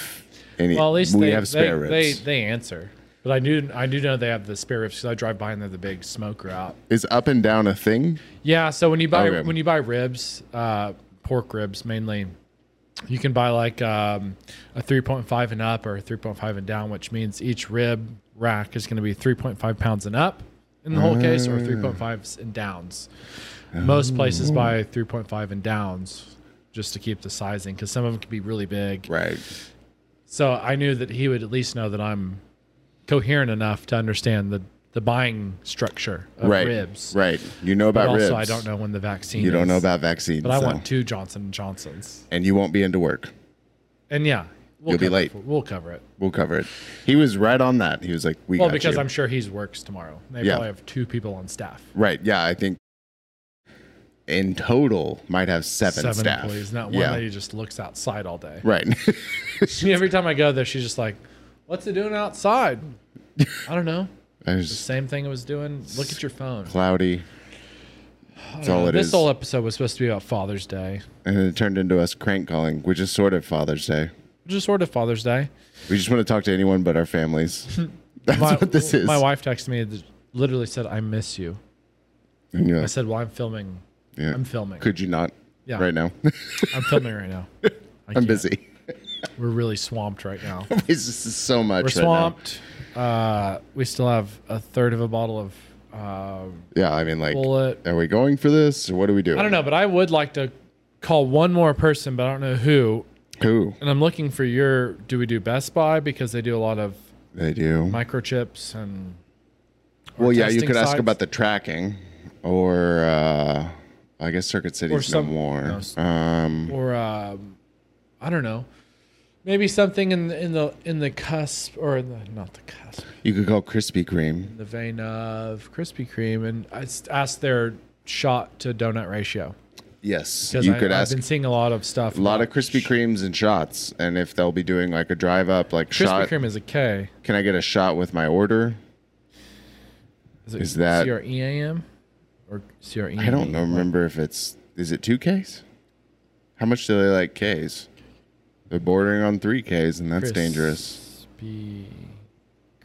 C: any.
D: well, at least
C: we
D: they,
C: have spare
D: they,
C: ribs.
D: They, they answer. But I do I do know they have the spare ribs because I drive by and they're the big smoker out.
C: Is up and down a thing?
D: Yeah, so when you buy
C: Okay.
D: when you buy ribs, uh, pork ribs mainly, you can buy like um, a 3.5 and up or a 3.5 and down, which means each rib rack is going to be 3.5 pounds and up in the whole case, or
P: Ah.
D: 3.5s and downs. Most places
P: Oh.
D: buy 3.5 and downs just to keep the sizing because some of them can be really big.
C: Right.
D: So I knew that he would at least know that I'm coherent enough to understand the the buying structure of
C: right.
D: ribs.
C: Right. You know
D: But
C: about
D: also,
C: ribs.
D: I don't know when the vaccine.
C: You don't
D: is.
C: know about vaccines.
D: But I
C: so-
D: want two Johnson and Johnsons.
C: And you won't be into work.
D: And yeah,
C: You'll
D: We'll
C: be
D: cover it
C: late.
D: for- we'll cover it.
C: We'll cover it. He was right on that. He was like, "We
D: well,
C: got
D: because
C: you.
D: I'm sure he's works tomorrow. They
C: Yeah.
D: probably have two people on staff.
C: Right. Yeah. I think in total might have seven, staff.
D: employees, not one
C: yeah.
D: lady just looks outside all day.
C: Right. *laughs*
D: She- every time I go there, she's just like, "What's it doing outside?" I don't know.
C: I
D: It's the
C: just-
D: same thing it was doing. Look at your phone.
C: Cloudy.
D: I
C: That's
D: don't
C: all
D: know.
C: it
D: this
C: is.
D: whole episode was supposed to be about Father's Day,
C: and it turned into us crank calling, which is sort of Father's Day.
D: which is sort of Father's Day.
C: We just want to talk to anyone but our
D: *laughs*
C: families. That's
D: my,
C: what this is.
D: My wife texted me, and literally said, "I miss you."
C: And you're
D: I
C: like,
D: said, "Well, I'm filming.
C: yeah.
D: I'm filming.
C: Could you not?
D: Yeah.
C: Right now.
D: I'm filming right now. I
C: *laughs* I'm
D: can't.
C: busy. *laughs*
D: We're really swamped right now.
C: This is so much.
D: We're
C: right now.
D: swamped. Uh, we still have a third of a bottle of. Uh,
C: Yeah. I mean, like,
D: Bullet.
C: are we going for this or what are we doing?
D: uh, I don't know, but I would like to call one more person, but I don't know who.
C: Who?
D: And I'm looking for your. Do we do Best Buy because they do a lot of
C: They do.
D: microchips and. or
C: Well, yeah, you
D: testing
C: could ask
D: sites?
C: about the tracking, or uh, I guess Circuit City's
D: some-
C: no more.
D: no, s-
C: um,
D: or um, I don't know, maybe something in the in the in the cusp or in the not the cusp,
C: you could call Krispy Kreme.
D: in the vein of Krispy Kreme, and I s- ask their shot to donut ratio
C: Yes,
D: because
C: you
D: I,
C: could
D: I've
C: ask
D: been seeing a lot of stuff.
C: a lot of Krispy Kremes and shots, and if they'll be doing like a drive up, like
D: Krispy
C: shot.
D: Kreme is a K.
C: Can I get a shot with my order?
D: Is it
C: Is that-
D: C R E A M or C R E?
C: I don't know. Remember if it's is it two Ks? How much do they like Ks? They're bordering on three Ks, and that's
D: Kris-
C: dangerous.
D: Krispy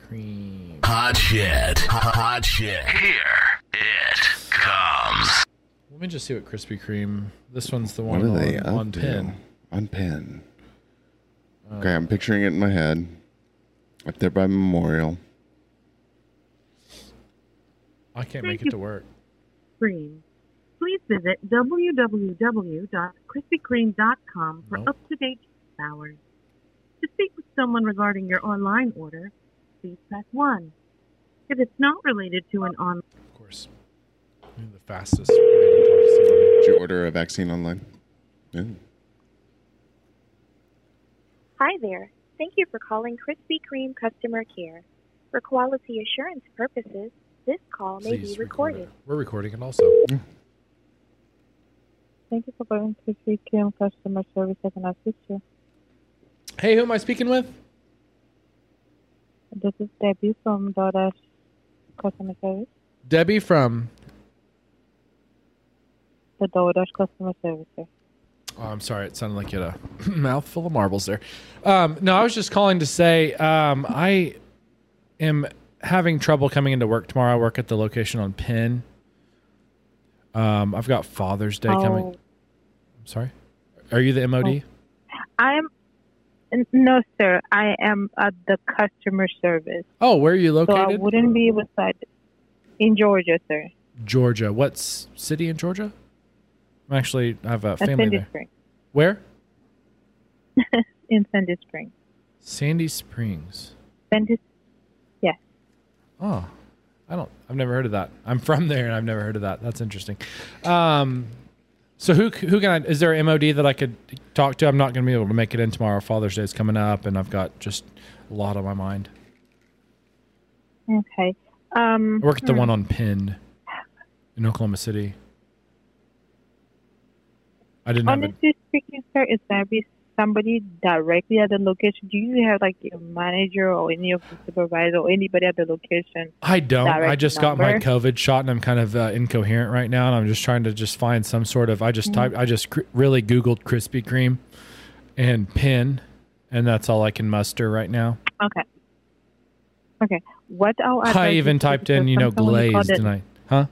D: Kreme.
P: Hot shit. Hot shit. Here it comes.
D: Let me just see what Krispy Kreme. This one's the
C: What
D: one
C: are they
D: on,
C: up
D: on
C: to?
D: pin.
C: On pin.
D: Uh,
C: Okay, I'm picturing it in my head. Up there by Memorial.
D: I can't
B: Thank
D: make it
B: you.
D: to work.
B: Cream. Please visit www.krispykreme.com for
D: Nope.
B: up-to-date hours. To speak with someone regarding your online order, please press 1. If it's not related to an online...
D: Of course. You're the fastest. way to talk to someone.
C: Did you order a vaccine
D: *laughs*
C: online? Yeah.
M: Hi there. Thank you for calling Krispy Kreme customer care. For quality assurance purposes, this call may
D: Please
M: be
D: record
M: recorded.
D: We're recording it also.
C: Hmm.
N: Thank you for calling Krispy Kreme customer service. I can assist you.
D: Hey, who am I speaking with?
N: This is Debbie from DoorDash customer service.
D: Debbie from.
N: The DoorDash customer service. sir.
D: Oh, I'm sorry. It sounded like you had a *clears throat* mouthful of marbles there. Um, no, I was just calling to say um, I am having trouble coming into work tomorrow. I work at the location on Penn. Um, I've got Father's Day coming.
N: Oh.
D: I'm sorry. Are you the MOD?
N: I'm n- no, sir. I am at the customer service,
D: Oh, where are you
N: so I
D: located?
N: wouldn't be able to. In Georgia, sir.
D: Georgia. What s- city in Georgia? I'm actually I have a
N: At
D: family
N: Sandy
D: there.
N: Spring.
D: Where?
N: In Sandy Spring.
D: Sandy Springs.
N: Sandy. Yes.
D: Oh, I don't. I've never heard of that. *laughs* I'm from there, and I've never heard of that. That's interesting. Um, so who c- who can I? Is there a MOD that I could talk to? I'm not going to be able to make it in tomorrow. Father's Day is coming up, and I've got just a lot on my mind.
N: Okay. Um,
D: I work at the
N: hmm.
D: one on Penn in Oklahoma City. I didn't have a
N: Honestly speaking, sir, it's gonna be somebody directly at the location. Do you have like a manager or any of the supervisor or anybody at the location?
D: I don't. I
N: direct
D: just got my
N: number?
D: COVID shot, and I'm kind of uh, incoherent right now, and I'm just trying to just find some sort of. I just
N: Mhm.
D: typed. I just cr- really Googled Krispy Kreme and pin, and that's all I can muster right now.
N: Okay. Okay. What I'll
D: I
N: advise
D: even
N: you to
D: typed
N: do
D: in, you know,
N: sometimes when you call
D: glazed,
N: the-
D: and I, huh?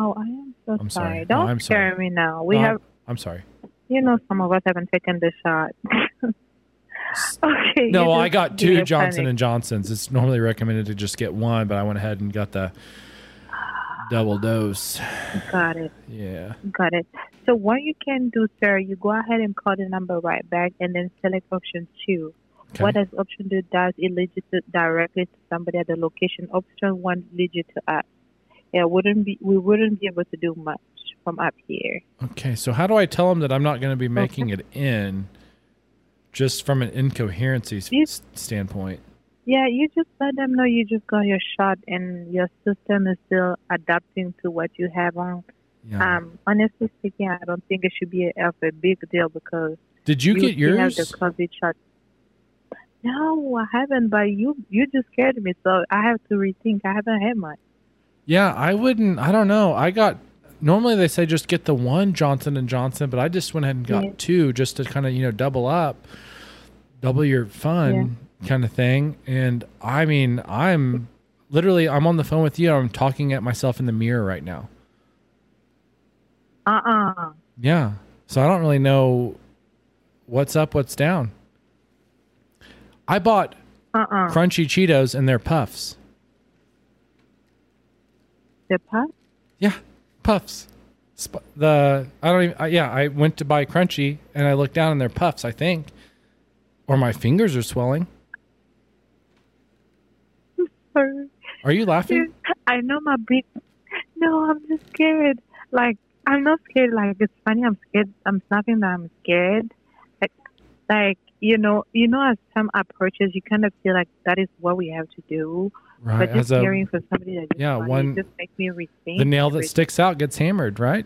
N: Oh, I am so
D: I'm sorry.
N: sorry.
D: No,
N: Don't
D: I'm
N: scare me now. We
D: No,
N: have,
D: Uh, I'm sorry.
N: you know, some of us haven't taken the shot. *laughs* okay.
D: No,
N: you
D: I
N: just
D: got
N: give me
D: two
N: a
D: Johnson
N: panic.
D: and Johnsons. It's normally recommended to just get one, but I went ahead and got the double dose.
N: Got it.
D: Yeah.
N: Got it. So what you can do, sir, you go ahead and call the number right back and then select option two.
D: Okay.
N: What does option two does? It leads you to directly to somebody at the location. Option one leads you to us. It wouldn't be we wouldn't be able to do much from up here.
D: Okay, so how do I tell them that I'm not going to be making it in? just from an incoherency s- s- standpoint.
N: Yeah, you just let them know you just got your shot and your system is still adapting to what you have on.
D: Yeah.
N: Um, honestly speaking, I don't think it should be of a big deal because
D: Did you get
N: still Have the
D: yours?
N: COVID shot. No, I haven't. But you you just scared me, so I have to rethink. I haven't had mine.
D: Yeah, I wouldn't. I don't know. I got normally they say just get the one Johnson and Johnson, but I just went ahead and got
N: Yeah.
D: two just to kind of you know double up, double your fun kind of thing. And I mean, I'm literally I'm on the phone with you. I'm talking at myself in the mirror right now.
N: Uh uh
D: Yeah. So I don't really know what's up, what's down. I bought
N: uh uh
D: crunchy Cheetos and their puffs.
N: The puff.
D: Yeah, puffs. Sp- the I don't even I, yeah. I went to buy crunchy and I looked down and they're puffs. I think, or my fingers are swelling.
N: Sorry.
D: Are you laughing?
N: I know my big. No, I'm just scared. Like I'm not scared. Like it's funny. I'm scared. I'm snapping that I'm scared. Like, like you know, you know, as time approaches, you kind of feel like that is what we have to do.
D: Right,
N: But just
D: as a-
N: hearing from somebody that just
D: yeah,
N: funny,
D: one-
N: it just makes me rethink
D: The nail that
N: everything.
D: sticks out gets hammered, right?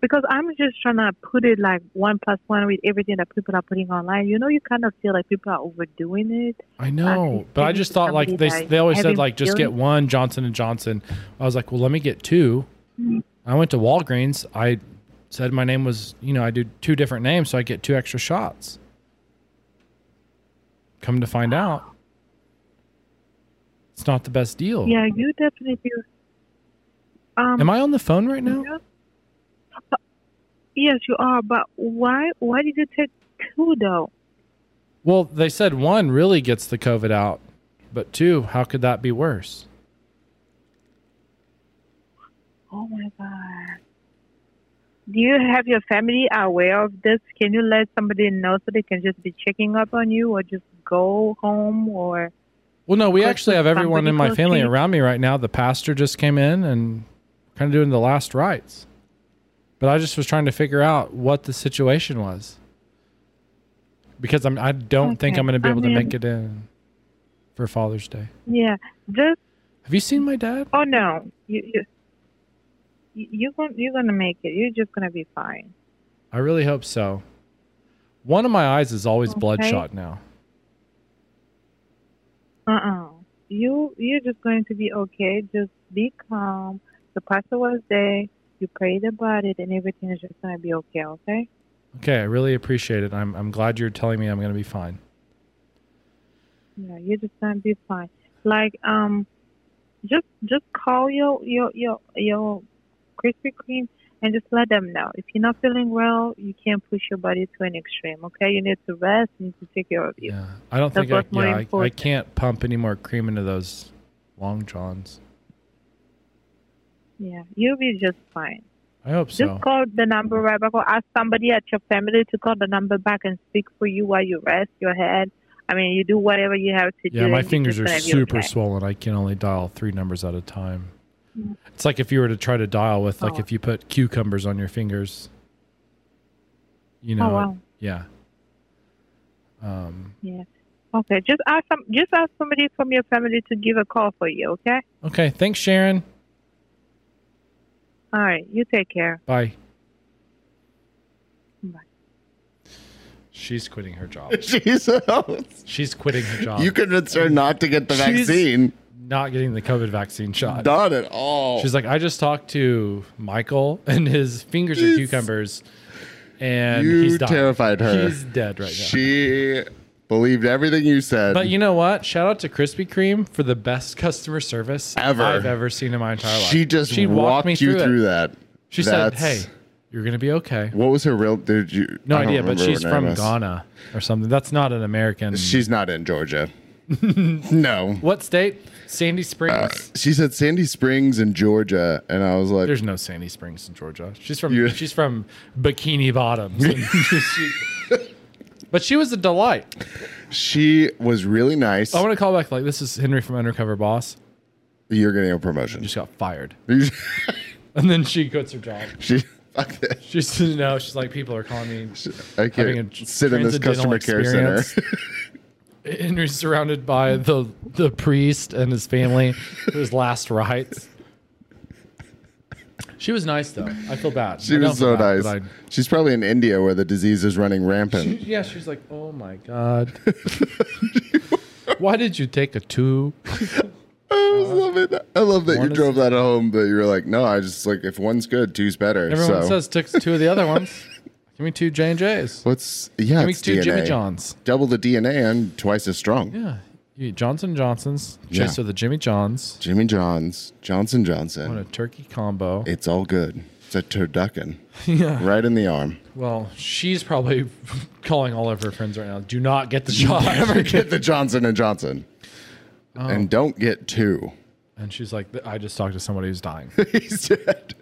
N: because I'm just trying to put it like one plus one with everything that people are putting online. You know, you kind of feel like people are overdoing it.
D: I know, but I
N: speaking
D: just
N: to
D: thought like
N: Um, somebody
D: they
N: that
D: they always said
N: having
D: like just get
N: feelings.
D: one Johnson and Johnson. I was like, well, let me get two.
N: Mm-hmm.
D: I went to Walgreens. I said my name was you know I do two different names, so I get two extra shots. Come to find out, it's not the best deal.
N: Yeah, you definitely. Um,
D: Am I on the phone right now?
N: Yes. But- Yes, you are. But why? Why did you take two though?
D: Well, they said one really gets the COVID out, but two, how could that be worse?
N: Oh my god. Do you have your family aware of this? Can you let somebody know so they can just be checking up on you, or just go home, or
D: Well, no, we actually have everyone
N: somebody
D: in my
N: close
D: family
N: to you?
D: around me right now. The pastor just came in and kind of doing the last rites. But I just was trying to figure out what the situation was because I'm, I don't think
N: Okay.
D: I'm going to be
N: I
D: able
N: mean-
D: to make it in for Father's Day.
N: yeah, just.
D: Have you seen my dad?
N: Oh no, you you you gon- you're gonna make it. You're just gonna be fine.
D: I really hope so. One of my eyes is always
N: Okay.
D: bloodshot now.
N: Uh-uh. You you're just going to be okay. Just be calm. The pastor was there. You prayed about it, and everything is just gonna be okay. Okay.
D: Okay, I really appreciate it. I'm, I'm glad you're telling me I'm going to be fine.
N: Yeah, you're just gonna be fine. Like um, just just call your your your your Krispy Kreme and just let them know if you're not feeling well, you can't push your body to an extreme. Okay, you need to rest. You need to take care of you.
D: Yeah, I don't
N: That's
D: think I,
N: what's more
D: yeah, I, I
N: important.
D: can't pump any more cream into those long johns.
N: Yeah, you'll be just fine.
D: I hope so.
N: Just call the number right back or ask somebody at your family to call the number back and speak for you while you rest your head. I mean, you do whatever you have to do.
D: yeah, my
N: and you're
D: fingers
N: just
D: are
N: gonna be
D: super
N: okay.
D: swollen. I can only dial three numbers at a time.
N: Mm.
D: It's like if you were to try to dial with, like,
N: Oh.
D: if you put cucumbers on your fingers. You
N: Oh,
D: know,
N: wow.
D: yeah. Um.
N: Yeah. Okay, just ask some. Just ask somebody from your family to give a call for you. Okay.
D: Okay. Thanks, Sharon.
N: All right. You take care.
D: Bye.
N: Bye.
D: She's quitting
C: *laughs*
D: her job.
C: Jesus.
D: She's quitting her job.
C: You convinced her not to get the
D: She's
C: vaccine.
D: Not getting the COVID vaccine shot.
C: Not at all.
D: She's like, I just talked to Michael, and his fingers are
C: He's-
D: cucumbers, and
C: you
D: he's dying.
C: terrified her.
D: He's dead right now.
C: She believed everything you said.
D: But you know what? Shout out to Krispy Kreme for the best customer service
C: Ever.
D: I've ever seen in my entire life.
C: she just walked, you
D: it.
C: through that.
D: She
C: That's-
D: said, "Hey, you're gonna be okay."
C: What was her real? Did you?
D: No
C: I don't
D: idea, but
C: remember
D: she's
C: her name
D: from
C: is.
D: Ghana or something. That's not an American.
C: She's not in Georgia. *laughs* no.
D: What state? Sandy Springs.
C: She said Sandy Springs in Georgia, and I was like,
D: There's no Sandy Springs in Georgia. She's from
C: You-
D: she's from
C: *laughs*
D: Bikini Bottoms. And she- but she was a delight.
C: She was really nice.
D: I want to call back like this is Henry from Undercover Boss.
C: You're getting a promotion.
D: Just got fired.
C: You-
D: And then she quits her job.
C: *laughs* she Fuck this.
D: She's no. She's like people are calling me.
C: I
D: having
C: can't
D: a
C: sit in this customer
D: transcendental
C: care center. *laughs*
D: experience. Henry's surrounded by the the priest and his family. *laughs* His last rites. She was nice though. I feel bad.
C: She
D: I don't
C: was so
D: feel bad,
C: nice.
D: but I-
C: She's probably in India where the disease is running rampant.
D: She- yeah, she was like, "Oh
C: *laughs*
D: my god, why did you take a two?
C: I just love it. I love that you
D: One is-
C: drove that home, but you were like, no, I just like if one's good, two's better.
D: Everyone
C: so.
D: says took two of the
C: *laughs*
D: other ones. Give me two J and J's.
C: What's yeah?
D: Give me
C: It's
D: two
C: DNA.
D: Jimmy Johns.
C: Double the DNA and twice as strong.
D: Yeah, you eat Johnson Johnsons.
C: Yeah.
D: Chase with the Jimmy Johns.
C: Jimmy Johns, Johnson Johnson.
D: What a turkey combo.
C: It's all good. It's a turducken.
D: *laughs* Yeah.
C: Right in the
D: *laughs*
C: arm.
D: Well, she's probably *laughs* calling all of her friends right now. Do not get the job.
C: Never get the Johnson and Johnson.
D: Oh.
C: And don't get two.
D: *laughs*
C: *laughs*
D: And she's like, I just talked to somebody who's dying. *laughs*
C: he's dead.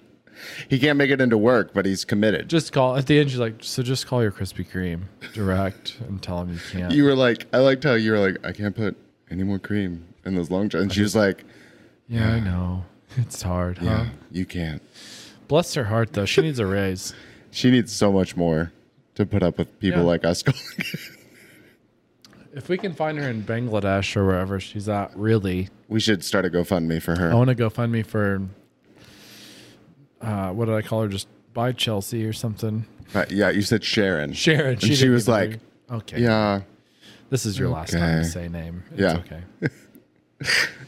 C: He can't make it into work, but he's committed.
D: Just call at the end. She's like, so just call your Krispy Kreme direct and tell them you can't.
C: You were like, I liked how you were like, I can't put any more cream in those long johns. And she was like,
D: yeah, I know. It's hard, huh?
C: Yeah, you can't.
D: Bless her heart, though. She needs a raise. *laughs*
C: She needs so much more to put up with people
D: Yeah.
C: like us.
D: If we can find her in Bangladesh or wherever she's at, really,
C: *laughs* we should start a GoFundMe for her.
D: I want to go fund me for uh, what did I call her? Just buy Chelsea or something.
C: But yeah, you said Sharon.
D: Sharon.
C: And
D: she
C: she,
D: didn't
C: was
D: even
C: like,
D: re- okay.
C: Yeah.
D: This is your last time
C: Okay.
D: to say name. It's
C: Yeah.
D: okay.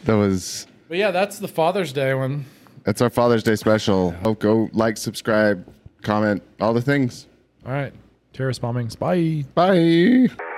C: That was
D: But yeah, that's the Father's Day one.
C: that's our Father's Day special. Oh, go like, subscribe, comment, all the things.
D: All right. Terrorist bombings. Bye.
C: Bye.